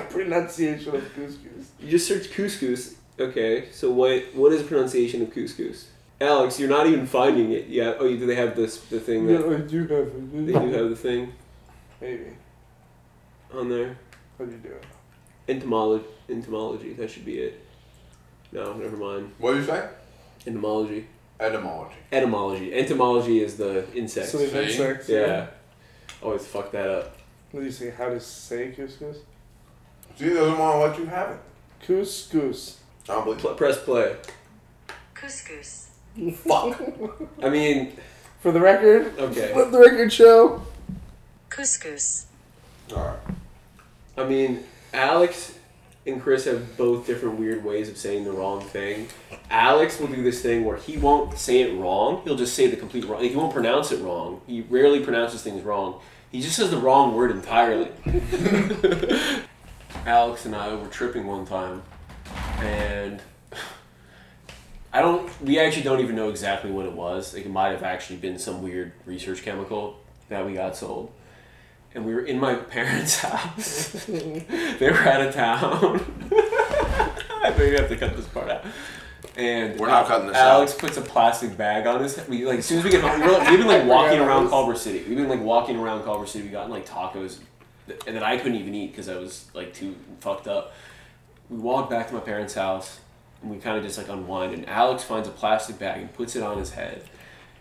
S5: Pronunciation of couscous.
S3: you just search couscous. Okay, so what what is the pronunciation of couscous? Alex, you're not even finding it yet. Oh, you, do they have this the thing? That,
S5: Yeah, I do have it.
S3: They do have the thing
S5: Maybe.
S3: on there.
S5: How'd you do it?
S3: Entomology. Entomology. That should be it. No, never mind.
S4: What did you say?
S3: Entomology.
S4: Etymology.
S3: Etymology. Entomology is the insects.
S5: So they
S4: See?
S5: insects.
S3: yeah. Always fuck that up.
S5: What do you say? How to say couscous?
S4: See, he doesn't want to let you have it.
S5: Couscous.
S4: I don't believe
S3: Pl- press play.
S6: Couscous.
S4: Fuck.
S3: I mean,
S5: For the record,
S3: okay.
S5: let the record show.
S6: Couscous.
S4: Alright.
S3: I mean, Alex and Chris have both different weird ways of saying the wrong thing. Alex will do this thing where he won't say it wrong. He'll just say the complete wrong. Like he won't pronounce it wrong. He rarely pronounces things wrong. He just says the wrong word entirely. Alex and I were tripping one time, and I don't. We actually don't even know exactly what it was. Like it might have actually been some weird research chemical that we got sold. And we were in my parents' house. they were out of town. I think we have to cut this part out. And
S4: We're not cutting this
S3: Alex puts a plastic bag on his. We like as soon as we get home, we were, like, we've been like walking around Culver City. We've been like walking around Culver City. We got like tacos, th- and then I couldn't even eat because I was like too fucked up. We walked back to my parents' house, and we kind of just like unwind. And Alex finds a plastic bag and puts it on his head,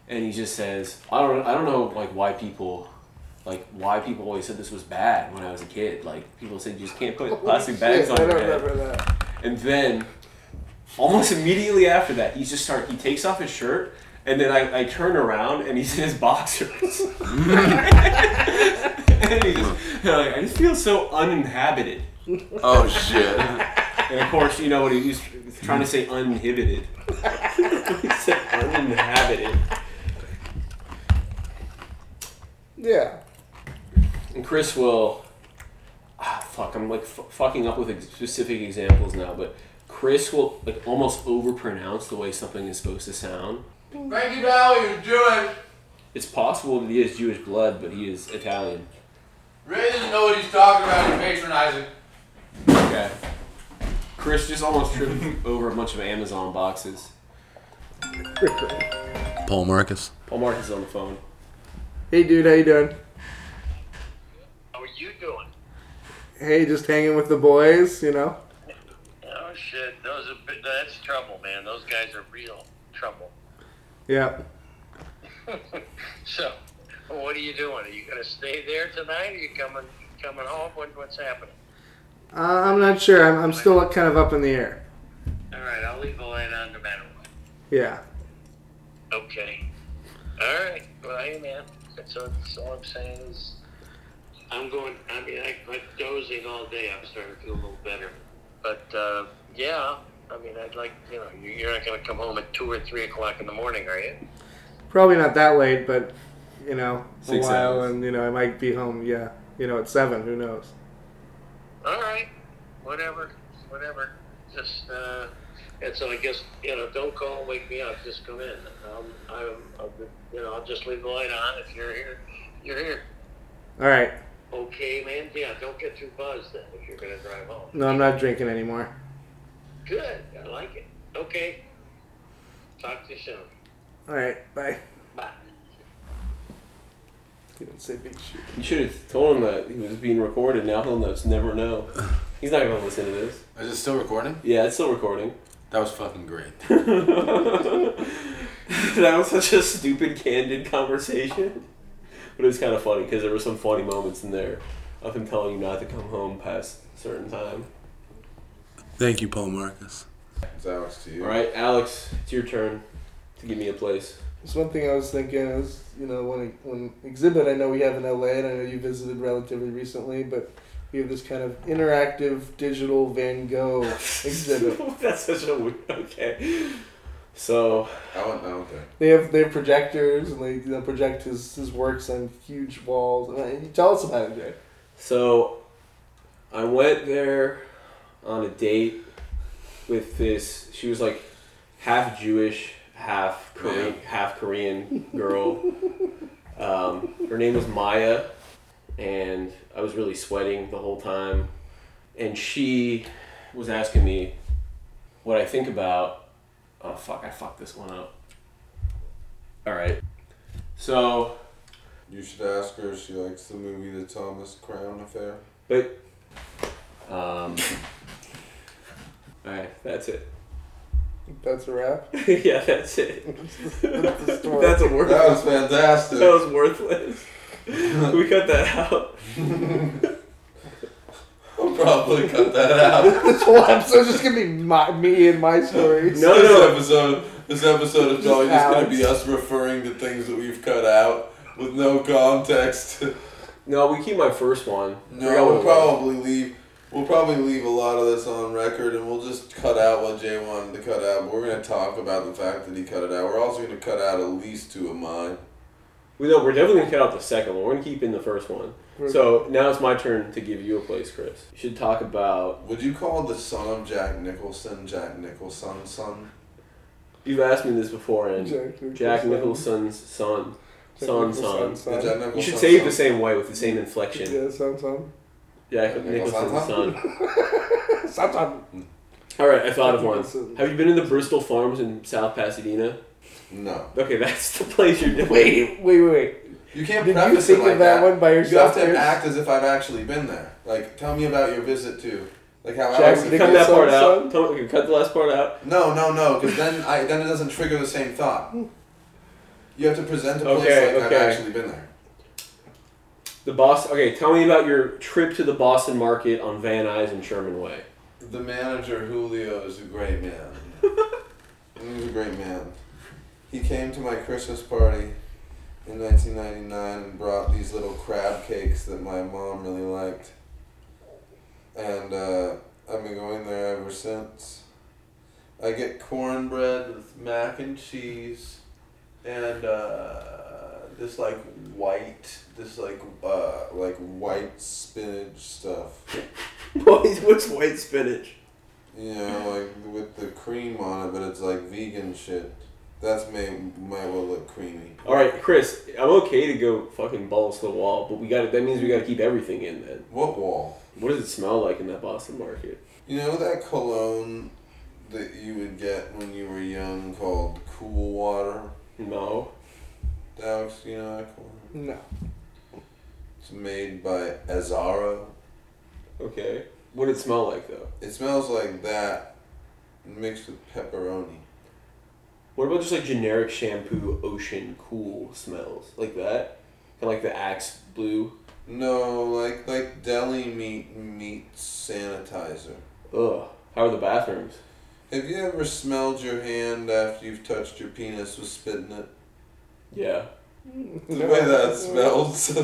S3: and he just says, "I don't, I don't know, like why people." Like why people always said this was bad when I was a kid. Like people said you just can't put plastic bags
S5: Shit,
S3: on
S5: I
S3: your
S5: don't
S3: head.
S5: remember that.
S3: And then, almost immediately after that, he just start. He takes off his shirt, and then I, I turn around, and he's in his boxers. and he just, and I'm like, I just feel so uninhabited.
S4: Oh, shit.
S3: And of course, you know what he was trying to say? Uninhibited. he said uninhabited.
S5: Yeah.
S3: And Chris will. Ah, fuck, I'm like f- fucking up with ex- specific examples now, but Chris will like almost overpronounce the way something is supposed to sound.
S4: Frankie Valley is Jewish.
S3: It's possible that he has Jewish blood, but he is Italian.
S4: Ray doesn't know what he's talking about. He's patronizing.
S3: Okay. Chris just almost tripped over a bunch of Amazon boxes.
S2: Paul Marcus.
S3: Paul Marcus is on the phone.
S5: Hey, dude, how you doing?
S7: How are you doing?
S5: Hey, just hanging with the boys, you know.
S7: Oh shit, those are bi- that's trouble, man. Those guys are real trouble.
S5: Yeah.
S7: So, what are you doing? Are you gonna stay there tonight? Are you coming coming home? What, what's happening?
S5: Uh, I'm not sure. I'm, I'm still kind of up in the air.
S7: All right, I'll leave the light on no matter what.
S5: Yeah.
S7: Okay. All right. Well, hey man. That's all, that's all I'm saying is I'm going. I mean, I quit dozing all day. I'm starting to feel a little better. But uh, yeah, I mean, I'd like you know, you- you're not gonna come home at two or three o'clock in the morning, are you?
S5: Probably not that late, but, you know, a
S3: Six
S5: while,
S3: hours.
S5: and, you know, I might be home, yeah, you know, at 7. Who knows?
S7: All right, whatever, whatever. Just uh, And so I guess you know, don't call and wake me up. Just come in. Um, I'm, I'll, be- you know, I'll just leave the light on. If you're here, you're here.
S5: All right.
S7: Okay, man. Yeah, don't get too buzzed then if you're gonna drive home.
S5: No, I'm not drinking anymore.
S7: Good. I like it. Okay. Talk to you soon.
S5: All right. Bye.
S7: Bye.
S5: He didn't say big shit.
S3: You should have told him that he was being recorded. Now he'll know. Never know. He's not gonna listen to this.
S4: Is it still recording?
S3: Yeah, it's still recording.
S4: That was fucking great.
S3: that was such a stupid, candid conversation. But it was kind of funny because there were some funny moments in there of him telling you not to come home past a certain time.
S8: Thank you, Paul Marcus.
S4: It's Alex to you.
S3: All right, Alex, it's your turn to give me a place.
S5: There's one thing I was thinking is, you know, when when exhibit I know we have in LA, and I know you visited relatively recently, but we have this kind of interactive digital Van Gogh exhibit.
S3: That's such a weird. Okay. So
S4: I went, oh, okay.
S5: They have they have projectors and they you know, project his, his works on huge walls. And I- tell us about it, Jay.
S3: So I went there on a date with this. She was like half Jewish, half Korean, half Korean girl. um, her name was Maya, and I was really sweating the whole time. And she was asking me what I think about. Oh fuck! I fucked this one up. All right. So
S4: You should ask her if she likes the movie The Thomas Crown Affair.
S3: But, um, alright, that's it.
S5: That's a wrap.
S3: yeah, that's it.
S5: the story.
S3: that's a word.
S4: That was
S3: That
S4: fantastic.
S3: was worthless. we cut that out.
S4: I'll probably cut that out.
S5: this whole episode's just gonna be my, me and my stories.
S3: No,
S4: this
S3: no.
S4: episode, this episode is probably just going
S5: Alex.
S4: to be us referring to things that we've cut out with no context.
S3: No, we keep my first one.
S4: No,
S3: Forgot what
S4: we'll
S3: it was.
S4: probably leave. We'll probably leave a lot of this on record, and we'll just cut out what Jay wanted to cut out. But we're gonna talk about the fact that he cut it out. We're also gonna cut out at least two of mine.
S3: We know we're definitely gonna cut out the second one. We're gonna keep in the first one. So now it's my turn to give you a place, Chris. You should talk about.
S4: Would you call the son of Jack Nicholson Jack Nicholson's son?
S3: You've asked me this before, and
S5: Jack
S3: Jack,
S5: Nicholson.
S3: Nicholson's son,
S5: Jack
S3: son,
S5: Nicholson,
S3: son.
S5: son.
S4: The Jack
S3: You should
S4: Nicholson's
S3: say it
S4: son?
S3: the same way with the same inflection.
S5: Yeah, sounds fun.
S3: Jack
S4: Nicholson's
S3: Nicholson's son.
S5: Sounds fun.
S3: All right, I thought of one.
S5: Listen.
S3: Have you been in the Bristol Farms in South Pasadena?
S4: No,
S3: Okay, that's the place you're doing.
S5: Wait, wait, wait.
S4: you can't.
S5: Did you
S4: preface
S5: think
S4: it like
S5: of that one by
S4: You have
S5: yourself,
S4: to
S5: Chris?
S4: act as if I've actually been there. Like, tell me about your visit to, like how
S5: Jack
S4: Alex.
S5: Nicholson.
S3: cut that part
S5: Son?
S3: out. Tell me, okay, cut the last part out.
S4: No, no, no, because then I then it doesn't trigger the same thought. You have to present a place
S3: Okay,
S4: like
S3: okay.
S4: I've actually been there.
S3: The boss. Okay, tell me about your trip to the Boston Market on Van Nuys and Sherman Way.
S4: The manager Julio is a great man. He's a great man. He came to my Christmas party in 1999 and brought these little crab cakes that my mom really liked. And uh, I've been going there ever since. I get cornbread with mac and cheese and uh, this like white, this like uh, like white spinach stuff.
S3: What's what's white spinach?
S4: Yeah, like with the cream on it, but it's like vegan shit. That's may might well look creamy.
S3: All right, Chris, I'm okay to go fucking balls to the wall, but we got to That means we got to keep everything in. Then,
S4: What wall?
S3: what does it smell like in that Boston Market?
S4: You know that cologne that you would get when you were young called Cool Water.
S3: No.
S4: Alex, you know that cologne.
S5: No.
S4: It's made by Azaro.
S3: Okay. What did it smell like though?
S4: It smells like that mixed with pepperoni.
S3: What about just like generic shampoo, ocean cool smells like that? Kind of like the Axe Blue.
S4: No, like like deli meat meat sanitizer.
S3: Ugh. How are the bathrooms?
S4: Have you ever smelled your hand after you've touched your penis with spit in it?
S3: Yeah.
S4: The way that smells.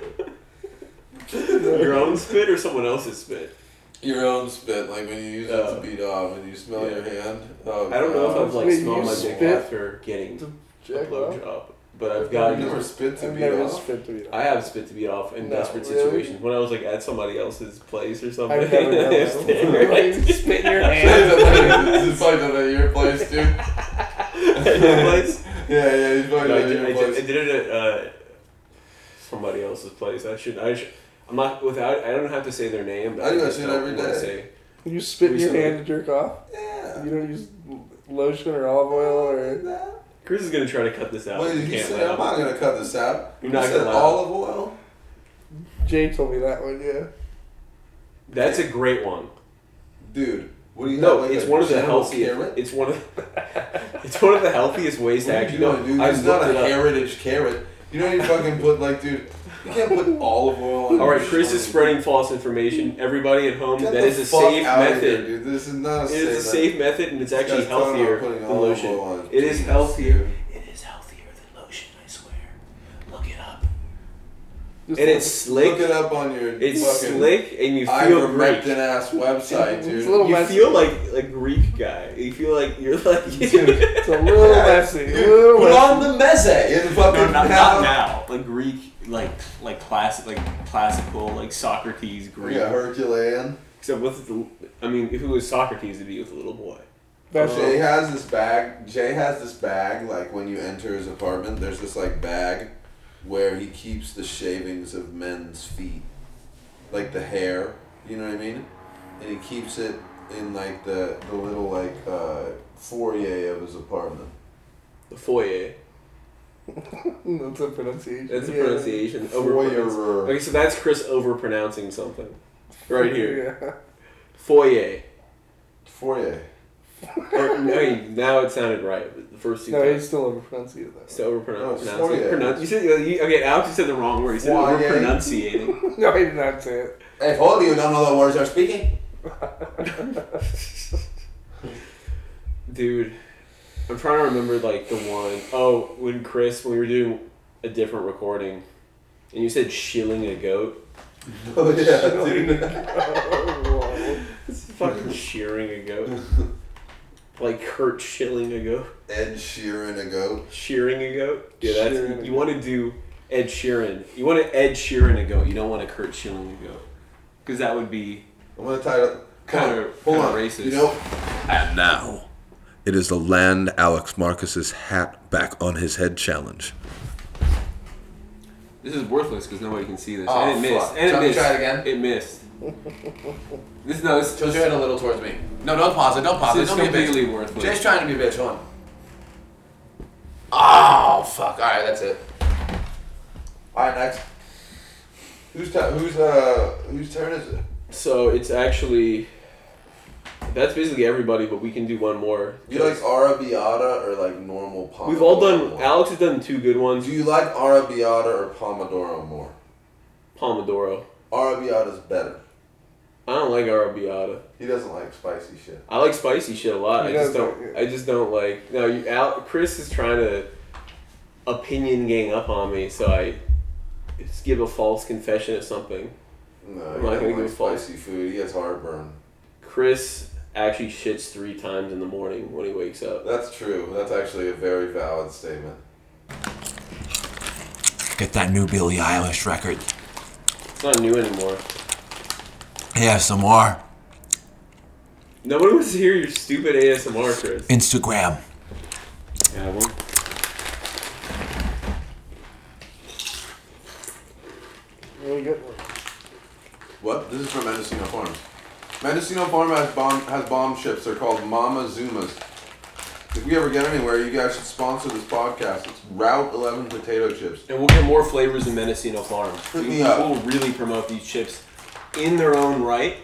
S3: Your own spit or someone else's spit?
S4: your own spit, like when you use it
S3: Oh.
S4: to beat off and you smell
S3: Yeah.
S4: your hand. Oh,
S3: I don't know if
S4: God.
S3: I've like
S5: Uh, Wait,
S3: smelled
S5: you
S3: my dick
S5: spit?
S3: after getting a
S5: Jack, well,
S3: blowjob. but I've
S4: You
S3: gotten
S4: never spit to
S5: I've
S4: beat
S5: never
S4: off.
S5: spit to beat off.
S3: I have spit to beat off in
S5: No,
S3: desperate
S5: really?
S3: situations. When I was like at somebody else's place or something,
S5: I've never done
S3: It's
S5: that.
S3: there, like-
S5: Spit in your hand.
S4: He's probably done that at your place too. Yeah,
S3: At your place?
S4: yeah, he's probably
S3: No, I
S4: done that at
S3: did, I did,
S4: your
S3: I
S4: place.
S3: did it at uh, somebody else's place. I should. I should. I'm not without. I don't have to say their name. But
S4: I do that
S3: just
S4: shit
S3: don't
S4: every
S3: wanna
S4: day.
S3: say-
S5: You spit in your
S3: Recently.
S5: hand to jerk off.
S4: Yeah.
S5: You don't use lotion or olive oil or.
S3: Chris is gonna try to cut this out.
S4: Wait,
S3: You
S4: he
S3: can't
S4: said,
S3: laugh.
S4: I'm not gonna cut this out.
S3: You're not
S4: he said
S3: gonna laugh.
S4: olive oil.
S5: Jay told me that one. Yeah.
S3: That's a great one.
S4: Dude, what do you have,
S3: No,
S4: like
S3: it's
S4: a
S3: one of the
S4: general
S3: healthiest.
S4: Carrot?
S3: It's one of. it's one of the healthiest ways to
S4: What are
S3: actually.
S4: you
S3: No,
S4: doing, dude?
S3: I
S4: It's not
S3: looked
S4: a
S3: it up.
S4: heritage carrot. You don't even fucking put like, dude. You can't put olive oil. on
S3: All right,
S4: your
S3: Chris is
S4: shit.
S3: spreading false information. Everybody at home,
S4: Get
S3: that
S4: the
S3: is a
S4: fuck
S3: safe
S4: outta here,
S3: method.
S4: dude. This is not a
S3: It
S4: safe.
S3: is a safe method, and it's
S4: This
S3: actually
S4: guy's talking about
S3: healthier
S4: putting
S3: than
S4: olive
S3: lotion.
S4: oil on his
S3: It is
S4: penis,
S3: healthier.
S4: dude.
S3: It is healthier than lotion, I swear. Look it up.
S5: Just
S3: And it's
S4: Look it
S3: slick.
S4: up on your
S3: It's
S4: fucking
S3: slick, and you feel Greek.
S4: ivermectin ass website,
S5: It's a
S4: dude.
S5: little-
S4: You-
S3: You
S5: messy.
S3: feel like a Greek guy. You feel like you're like.
S5: It's a little messy. A little
S4: Put on
S5: messy.
S4: the meze. It's fucking
S3: No, not,
S4: now.
S3: not now. Like Greek, like like classic, like classical, like Socrates Greek.
S4: Yeah, Herculean.
S3: Except with the, I mean, if it was Socrates, it'd be with a little boy.
S5: That's
S4: Jay
S5: it.
S4: has this bag. Jay has this bag. Like when you enter his apartment, there's this like bag where he keeps the shavings of men's feet, like the hair. You know what I mean? And he keeps it in like the the little like uh, foyer of his apartment.
S3: The foyer.
S5: Mm, That's a pronunciation.
S3: That's a
S5: Yeah.
S3: pronunciation. Overpronounce-
S4: Foyer.
S3: Okay, so that's Chris overpronouncing something, right here.
S5: Yeah.
S3: Foyer.
S4: Foyer.
S3: Or, I mean, now it sounded right. but The first two
S5: No,
S3: times.
S5: he's still overpronunciating that.
S3: So overpronouncing.
S4: No, it's Oh, foyer.
S3: Pronounce- you said you, okay. Alex, you said the wrong word. You said
S4: Foyer.
S3: overpronunciating.
S5: No, he did not say it.
S4: Hey, hold you! Don't know the words you're speaking.
S3: Dude, I'm trying to remember like the one oh when Chris when we were doing a different recording, and you said shilling a goat.
S4: Oh yeah, dude.
S5: Oh,
S3: It's fucking shearing a goat. Like Kurt shilling a goat.
S4: Ed Sheeran a goat.
S3: Shearing a goat. Yeah, that's
S5: Shearing a
S3: you
S5: goat.
S3: want to do Ed Sheeran. You want to Ed Sheeran a goat. You don't want to Kurt shilling a goat because that would be
S4: I'm gonna title. Come
S3: Kinda-
S4: on, hold
S3: kinda
S4: on.
S3: racist.
S4: You know,
S8: And now, it is the land Alex Marcus's hat back on his head challenge.
S3: this is worthless because nobody can see this.
S4: Oh,
S3: and it missed.
S4: fuck.
S3: And it
S4: Tell me to
S3: missed.
S4: try it again.
S3: It missed. this no. This,
S4: tilt your head a little towards me. No, don't pause it. Don't pause
S3: this is
S4: it. Don't be a
S3: completely
S4: bitch.
S3: worthless.
S4: Jay's trying to be a bitch. Hold on. Oh fuck! All right, that's it. All right, next. Who's t- who's uh whose turn is it?
S3: So it's actually that's basically everybody, but we can do one more.
S4: You like Arabiata or like normal Pomodoro?
S3: We've all done.
S4: more?
S3: Alex has done two good ones.
S4: Do you like Arabiata or Pomodoro more?
S3: Pomodoro.
S4: Arabiata's better.
S3: I don't like arrabbiata.
S4: He doesn't like spicy shit.
S3: I like spicy shit a lot. I
S5: He
S3: just
S5: does
S3: don't.
S5: like it.
S3: I just don't like. No, you, Al, Chris is trying to opinion gang up on me, so I just give a false confession of something.
S4: No, he
S3: I'm not gonna
S4: doesn't like
S3: give a fuck.
S4: spicy food. He has heartburn.
S3: Chris actually shits three times in the morning when he wakes up.
S4: That's true. That's actually a very valid statement.
S9: Get that new Billie Eilish record.
S3: It's not new anymore.
S9: ASMR.
S3: Nobody wants to hear your stupid ASMR, Chris.
S9: Instagram.
S3: Yeah, well,
S5: really good one.
S4: What? This is from Mendocino Farms. Mendocino Farm has bomb has bomb chips. They're called Mama Zumas. If we ever get anywhere, you guys should sponsor this podcast. It's Route Eleven Potato Chips.
S3: And we'll get more flavors in Mendocino Farm. We,
S4: Yeah.
S3: We'll really promote these chips in their own right.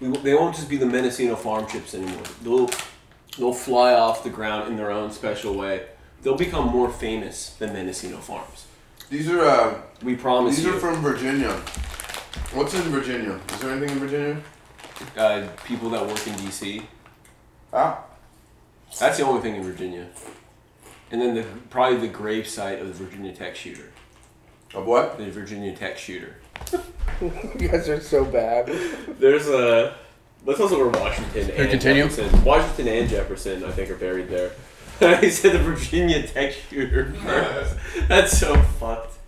S3: We, w- they won't just be the Mendocino Farm chips anymore. They'll they'll fly off the ground in their own special way. They'll become more famous than Mendocino Farms.
S4: These are uh,
S3: We promise
S4: these
S3: you.
S4: are from Virginia. What's in Virginia? Is there anything in Virginia?
S3: uh, people that work in DC.
S4: Ah,
S3: That's the only thing in Virginia. And then the probably the grave site of the Virginia Tech shooter.
S4: of what?
S3: The Virginia Tech shooter.
S5: You guys are so bad.
S3: There's a. That's also where Washington and
S4: continue.
S3: Jefferson, Washington and Jefferson, I think, are buried there. he said the Virginia Tech shooter first. That's so fucked.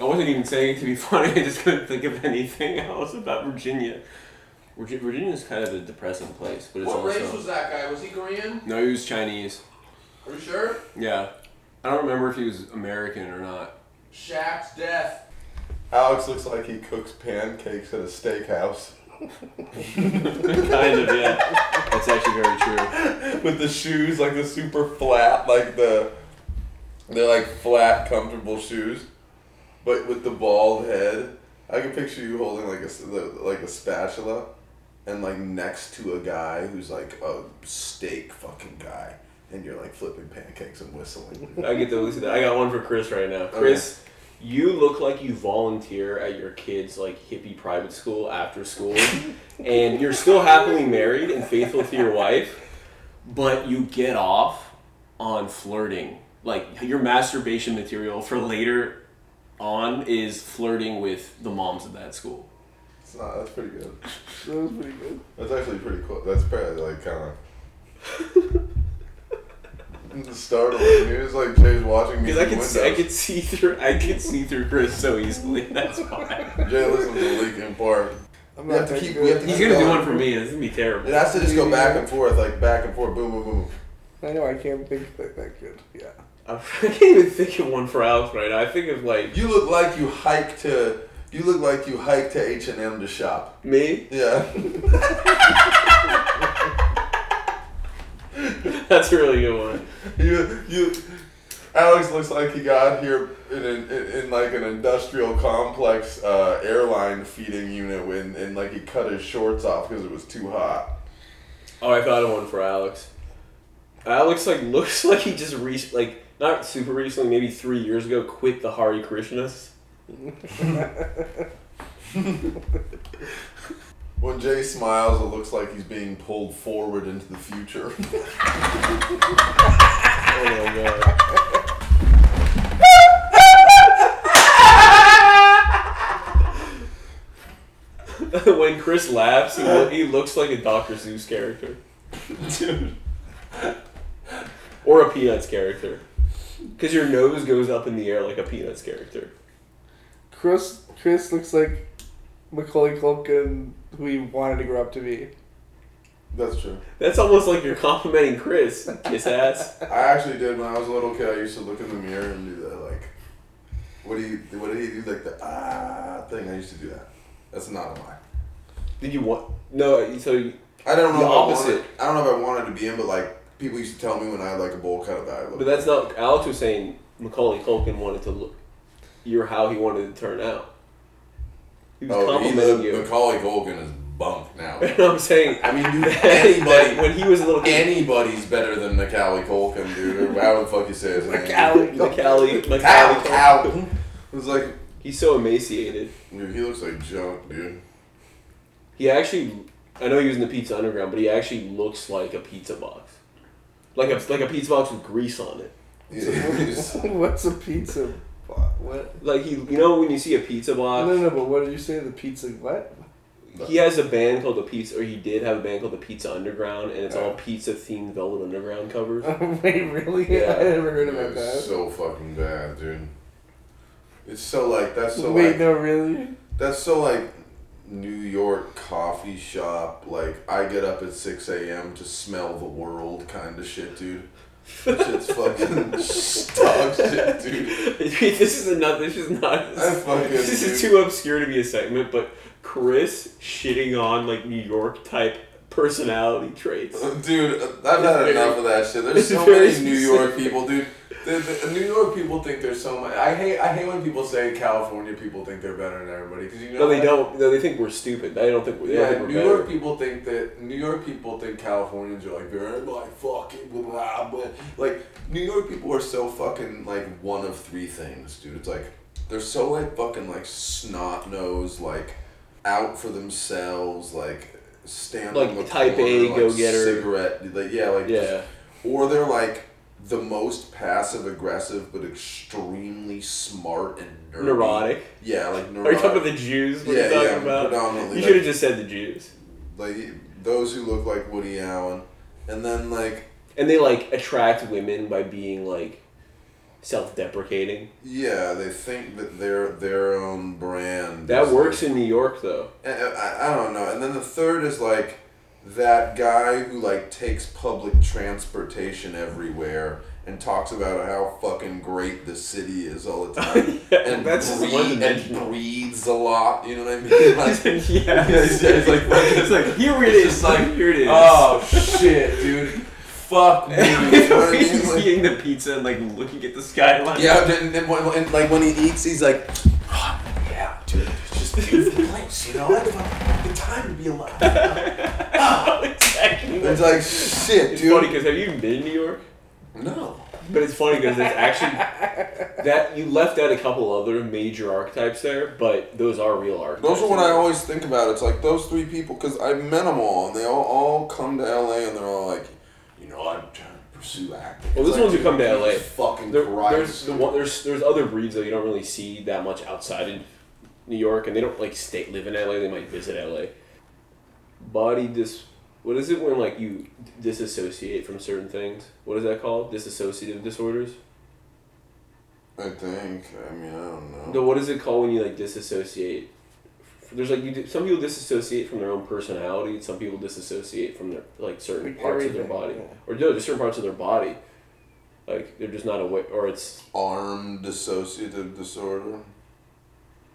S3: I wasn't even saying it to be funny. I just couldn't think of anything else about Virginia. Virgi- Virginia's kind of a depressing place, but it's
S10: What race
S3: also
S10: was that guy? Was he Korean?
S3: no. He was Chinese.
S10: Are you sure?
S3: Yeah, I don't remember if he was American or not.
S10: Shaq's death.
S4: Alex looks like he cooks pancakes at a steakhouse
S3: kind of, yeah. That's actually very true.
S4: with the shoes like the super flat, like the they're like flat, comfortable shoes, but with the bald head. I can picture you holding like a s- like a spatula, and like next to a guy who's like a steak fucking guy, and you're like flipping pancakes and whistling.
S3: I get to listen to that. I got one for Chris right now. Chris, you look like you volunteer at your kid's like hippie private school after school, and you're still happily married and faithful to your wife, but you get off on flirting. Like your masturbation material for later on is flirting with the moms of that school.
S4: It's not. That's pretty good.
S5: That was pretty good.
S4: That's actually pretty cool. That's probably like kind of startling. He was like Jay's watching me.
S3: Because I
S4: from
S3: could,
S4: windows.
S3: see, I could see through, I could see through Chris so easily. That's why.
S4: Jay listens to Linkin Park.
S5: I'm
S4: We have to
S5: that
S4: keep-
S5: good.
S4: we have to
S3: He's gonna do one for me. It's gonna be terrible.
S4: It has to just go back and forth, like back and forth, boom, boom, boom.
S5: I know I can't think like that good. Yeah.
S3: I can't even think of one for Alex right now. I think of like
S4: You look like you hike to. You look like you hike to H and M to shop.
S3: me.
S4: Yeah.
S3: That's a really good one.
S4: you you. Alex looks like he got here in, an, in, in like an industrial complex uh, airline feeding unit when and like he cut his shorts off because it was too hot.
S3: Oh, I thought of one for Alex. Alex like looks like he just reached like not super recently, maybe three years ago, quit the Hari Krishnas.
S4: When Jay smiles, it looks like he's being pulled forward into the future.
S3: Oh my god. when Chris laughs, he, lo- he looks like a Dr. Zeus character. or a Peanuts character. Because your nose goes up in the air like a Peanuts character.
S5: Chris Chris looks like Macaulay Culkin, who he wanted to grow up to be.
S4: That's true.
S3: That's almost like you're complimenting Chris, kiss ass.
S4: I actually did when I was a little kid. I used to look in the mirror and do that. Like, what do you? What did he do? Like the ah thing. I used to do that. That's not a lie.
S3: Did you want. No, so. you-
S4: I don't know.
S3: The
S4: if I,
S3: opposite.
S4: wanted, I don't know if I wanted to be in, but like people used to tell me when I had like a bowl cut that I looked.
S3: But that's not. Alex was saying Macaulay Culkin wanted to look. You're how he wanted to turn out. He was
S4: oh, he
S3: complimenting
S4: lived,
S3: you.
S4: Macaulay Culkin is bunk now.
S3: You know what I'm saying?
S4: I mean, dude,
S3: That
S4: anybody,
S3: when he was a little kid,
S4: anybody's better than Macaulay Culkin, dude. Or how the fuck you say his name?
S5: Macaulay
S3: Macaulay,
S4: Cow,
S3: Macaulay,
S4: cow. It was like,
S3: he's so emaciated.
S4: dude, he looks like junk, dude.
S3: He actually, I know he was in the Pizza Underground, but he actually looks like a pizza box, like a like a pizza box with grease on it.
S4: He's-
S5: What's a pizza? bo- What?
S3: Like he, you know, when you see a pizza
S5: No, no,
S3: box,
S5: no, but what did you say? The pizza what?
S3: he has a band called the Pizza, or he did have a band called the Pizza Underground, and it's all pizza themed Velvet Underground covers.
S5: Wait, really?
S3: Yeah.
S5: I never heard about
S4: It's
S5: that.
S4: so fucking bad, dude. It's so like that's so
S5: Wait,
S4: like
S5: no, really?
S4: that's so like New York coffee shop. Like I get up at six a.m. to smell the world, kind of shit, dude. That shit's fucking dog shit, dude.
S3: this is another. This is not.
S4: I fucking
S3: This is
S4: dude.
S3: too obscure to be a segment, but Chris shitting on like New York type personality traits.
S4: Uh, Dude, I've had
S3: It's
S4: enough
S3: very-
S4: of that shit. There's
S3: it's
S4: so
S3: very
S4: many New York
S3: specific.
S4: people, dude. The, the, New York people think there's so much. I hate. I hate when people say California people think they're better than everybody because you know.
S3: No, they
S4: what?
S3: don't. No, they think we're stupid. I don't think. They don't
S4: Yeah,
S3: think we're
S4: New
S3: better.
S4: York people think that New York people think Californians are like very like fucking blah, blah blah. Like New York people are so fucking like one of three things, dude. It's like they're so like fucking like snot nosed, like out for themselves, like stand
S3: Like
S4: on the
S3: type
S4: corner,
S3: A
S4: like,
S3: go-getter.
S4: cigarette, like yeah, like just-
S3: Yeah.
S4: or they're like the most passive aggressive but extremely smart and nerdy.
S3: Neurotic.
S4: Yeah, like neurotic.
S3: Are you talking about the Jews? What are
S4: Yeah,
S3: you talking
S4: yeah,
S3: about?
S4: predominantly,
S3: You
S4: like-
S3: should have just said the Jews.
S4: like those who look like Woody Allen, and then like
S3: and they like attract women by being like self-deprecating.
S4: Yeah, they think that they're their own brand.
S3: That
S4: is-
S3: works in New York though.
S4: I, eh, I, I don't know. And then the third is like that guy who like takes public transportation everywhere and talks about how fucking great the city is all the time.
S3: Yeah,
S4: and
S3: that's just one
S4: breed-
S3: dimensional.
S4: and breathes a lot. You know what I mean? Like, it's, it's like,
S3: it's like here it
S4: it's
S3: is,
S4: just like,
S3: like here it is.
S4: oh shit, dude. Fuck me. You know what I mean?
S3: he's
S4: Like-
S3: eating the pizza and like looking at the skyline.
S4: Yeah, and, and, when- when- like when he eats, he's like, "Oh, yeah, dude, it's just a beautiful place, you know? What the time to be alive.
S3: exactly.
S4: It's like, shit,
S3: It's
S4: dude.
S3: funny because have you even been in New York?
S4: No.
S3: But it's funny because it's actually that you left out a couple other major archetypes there, but those are real archetypes.
S4: Those are what I always think about. It's like those three people, because I met them all, and they all, all come to LA, and they're all like, you know, I'm trying to pursue acting.
S3: Well, those
S4: It's like,
S3: ones who come to
S4: Jesus
S3: LA,
S4: Fucking
S3: There- there's
S4: Christ.
S3: the one, there's there's other breeds that you don't really see that much outside in New York, and they don't like stay live in LA. They might visit LA. Body dis. What is it when like you disassociate from certain things? What is that called? Disassociative disorders.
S4: I think. I mean, I don't know.
S3: No, what is it called when you like disassociate? There's like you. Do, some people disassociate from their own personality. and Some people disassociate from their like certain
S5: Like
S3: parts of their
S5: everything,
S3: body,
S5: yeah.
S3: or no, just certain parts of their body. Like they're just not aware, or it's
S4: Arm dissociative disorder.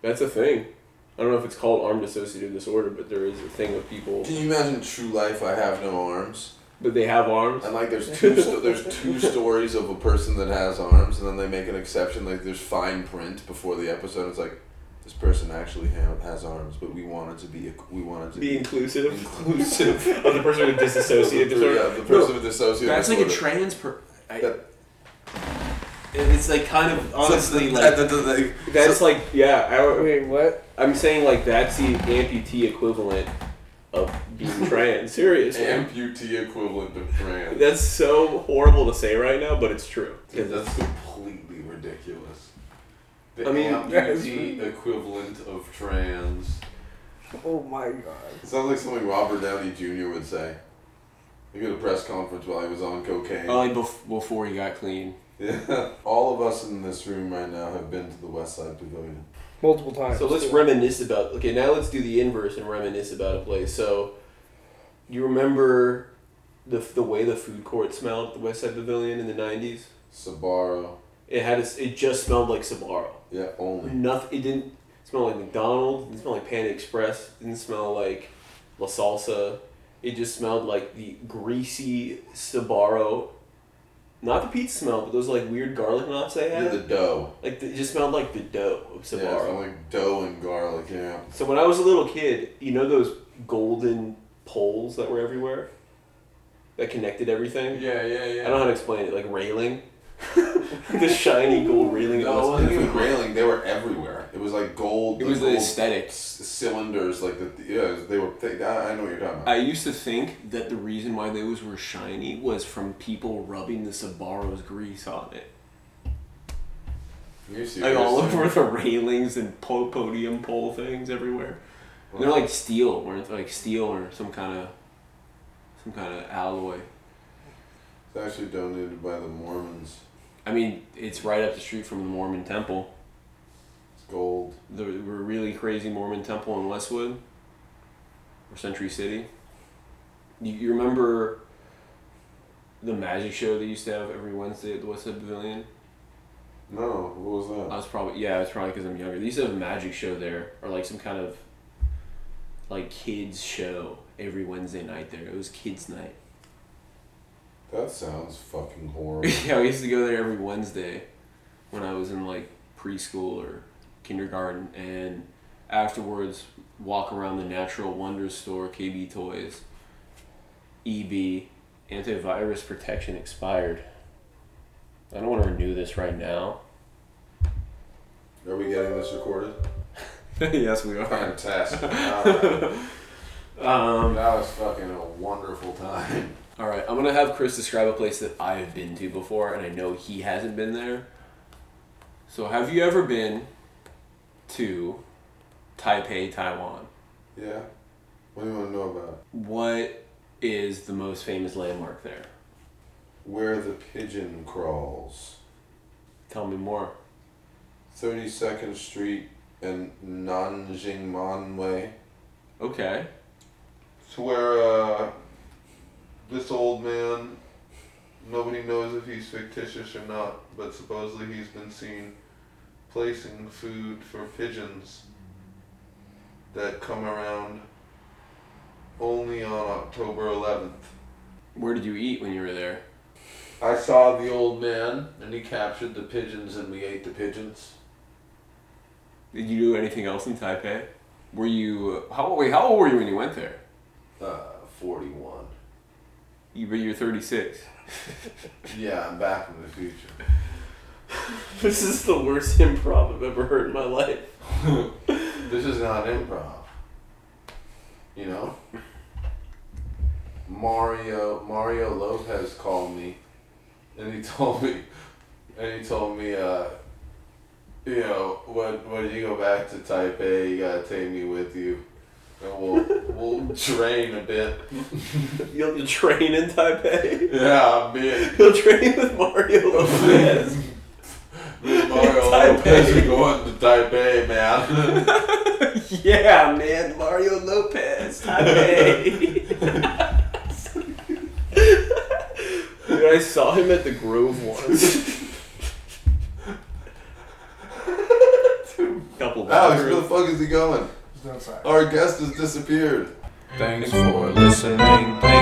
S3: that's a thing. I don't know if it's called arm dissociative disorder, but there is a thing of people,
S4: Can you imagine true life? I have no arms.
S3: but they have arms.
S4: And like, there's two sto- there's two stories of a person that has arms, and then they make an exception. Like, there's fine print before the episode. It's like this person actually ha- has arms, but we wanted to be we wanted to
S3: Be inclusive.
S4: inclusive.
S3: of the person with disassociative disorder.
S4: Yeah, the
S3: No,
S4: person with dissociative.
S3: that's like a
S4: disorder.
S3: trans per. I,
S4: That-
S3: it's like kind of honestly
S4: So-
S3: like
S4: that- that- that-
S3: that's like yeah. I, don't-
S5: Wait, what?
S3: I'm saying like that's the amputee equivalent of being trans. Seriously,
S4: amputee equivalent to trans.
S3: that's so horrible to say right now, but it's true.
S4: Dude, that's completely ridiculous. The
S3: I mean,
S4: amputee equivalent of trans.
S5: Oh my god.
S4: It sounds like something Robert Downey Jr. would say. He did a press conference while he was on cocaine.
S3: Oh, before he got clean.
S4: yeah. All of us in this room right now have been to the West Side Pavilion.
S5: Multiple times.
S3: So let's reminisce about. Okay, now let's do the inverse and reminisce about a place. So, you remember the the way the food court smelled at the West Side Pavilion in the '90s?
S4: Sabaro.
S3: It had a s it just smelled like Sbarro.
S4: Yeah, only.
S3: Nothing. It didn't smell like McDonald's. Didn't smell like Panda Express. Didn't smell like La Salsa. It just smelled like the greasy Sbarro. Not the pizza smell, but those like weird garlic knots they
S4: Yeah,
S3: had.
S4: the dough.
S3: like the, it just smelled like the dough of Sbarro.
S4: Yeah, it's like dough and garlic, yeah.
S3: So when I was a little kid, you know those golden poles that were everywhere that connected everything.
S4: Yeah, yeah,
S3: I don't know how to explain it. Like railing, the shiny gold railing. that
S4: No, it
S3: was-
S4: wasn't even railing. They were everywhere. It was like gold.
S3: It was
S4: like
S3: the
S4: gold
S3: aesthetics.
S4: c- cylinders, like the yeah. They were. Thick. I, I know what you're talking about.
S3: I used to think that the reason why those were shiny was from people rubbing the Sbarro's grease on it.
S4: You're
S3: Like
S4: serious.
S3: all over the railings and po- podium pole things everywhere. And They're like steel, weren't they? Like steel or some kind of some kind of alloy.
S4: It's actually donated by the Mormons.
S3: I mean, it's right up the street from the Mormon temple.
S4: It's gold.
S3: the really crazy Mormon temple in Westwood or Century City. You, you remember the magic show they used to have every Wednesday at the Westside Pavilion?
S4: No, what was that?
S3: I was probably yeah, it's probably because I'm younger. They used to have a magic show there or like some kind of like kids show every Wednesday night there. It was kids night.
S4: That sounds fucking horrible.
S3: yeah, we used to go there every Wednesday when I was in like preschool or kindergarten, and afterwards walk around the Natural Wonders store, KB Toys, EB, antivirus protection expired. I don't want to renew this right now.
S4: Are we getting this recorded?
S3: yes, we
S4: Fantastic. Alright.
S3: Um,
S4: That was fucking a wonderful time.
S3: all right, I'm gonna have Chris describe a place that I've been to before, and I know he hasn't been there. So, have you ever been to Taipei, Taiwan?
S4: Yeah. What do you want to know about?
S3: What is the most famous landmark there?
S4: it? Where the Pigeon Crawls.
S3: Tell me more.
S4: 32nd Street and Nanjingman Way.
S3: Okay.
S4: It's where uh, this old man, nobody knows if he's fictitious or not, but supposedly he's been seen placing food for pigeons that come around only on October 11th.
S3: Where did you eat when you were there?
S4: I saw the old man and he captured the pigeons and we ate the pigeons.
S3: Did you do anything else in Taipei? Were you uh, how wait, how old were you when you went there?
S4: Uh, 41.
S3: You but you're 36.
S4: Yeah, I'm back from the future.
S3: this is the worst improv I've ever heard in my life.
S4: This is not improv. You know? Mario Mario Lopez called me and he told me and he told me uh you know, when when you go back to Taipei you gotta take me with you and we'll we'll train a bit.
S3: You'll, you'll train in Taipei.
S4: Yeah, a bit.
S3: You'll train with Mario Lopez.
S4: Mario
S3: Taipei.
S4: Lopez is going to Taipei, man.
S3: yeah, man, Mario Lopez. Taipei. Dude, I saw him at the Grove once. Couple
S4: Alex, where
S3: bathrooms.
S4: the fuck is he going?
S11: He's outside.
S4: Our guest has disappeared.
S12: Thanks for listening.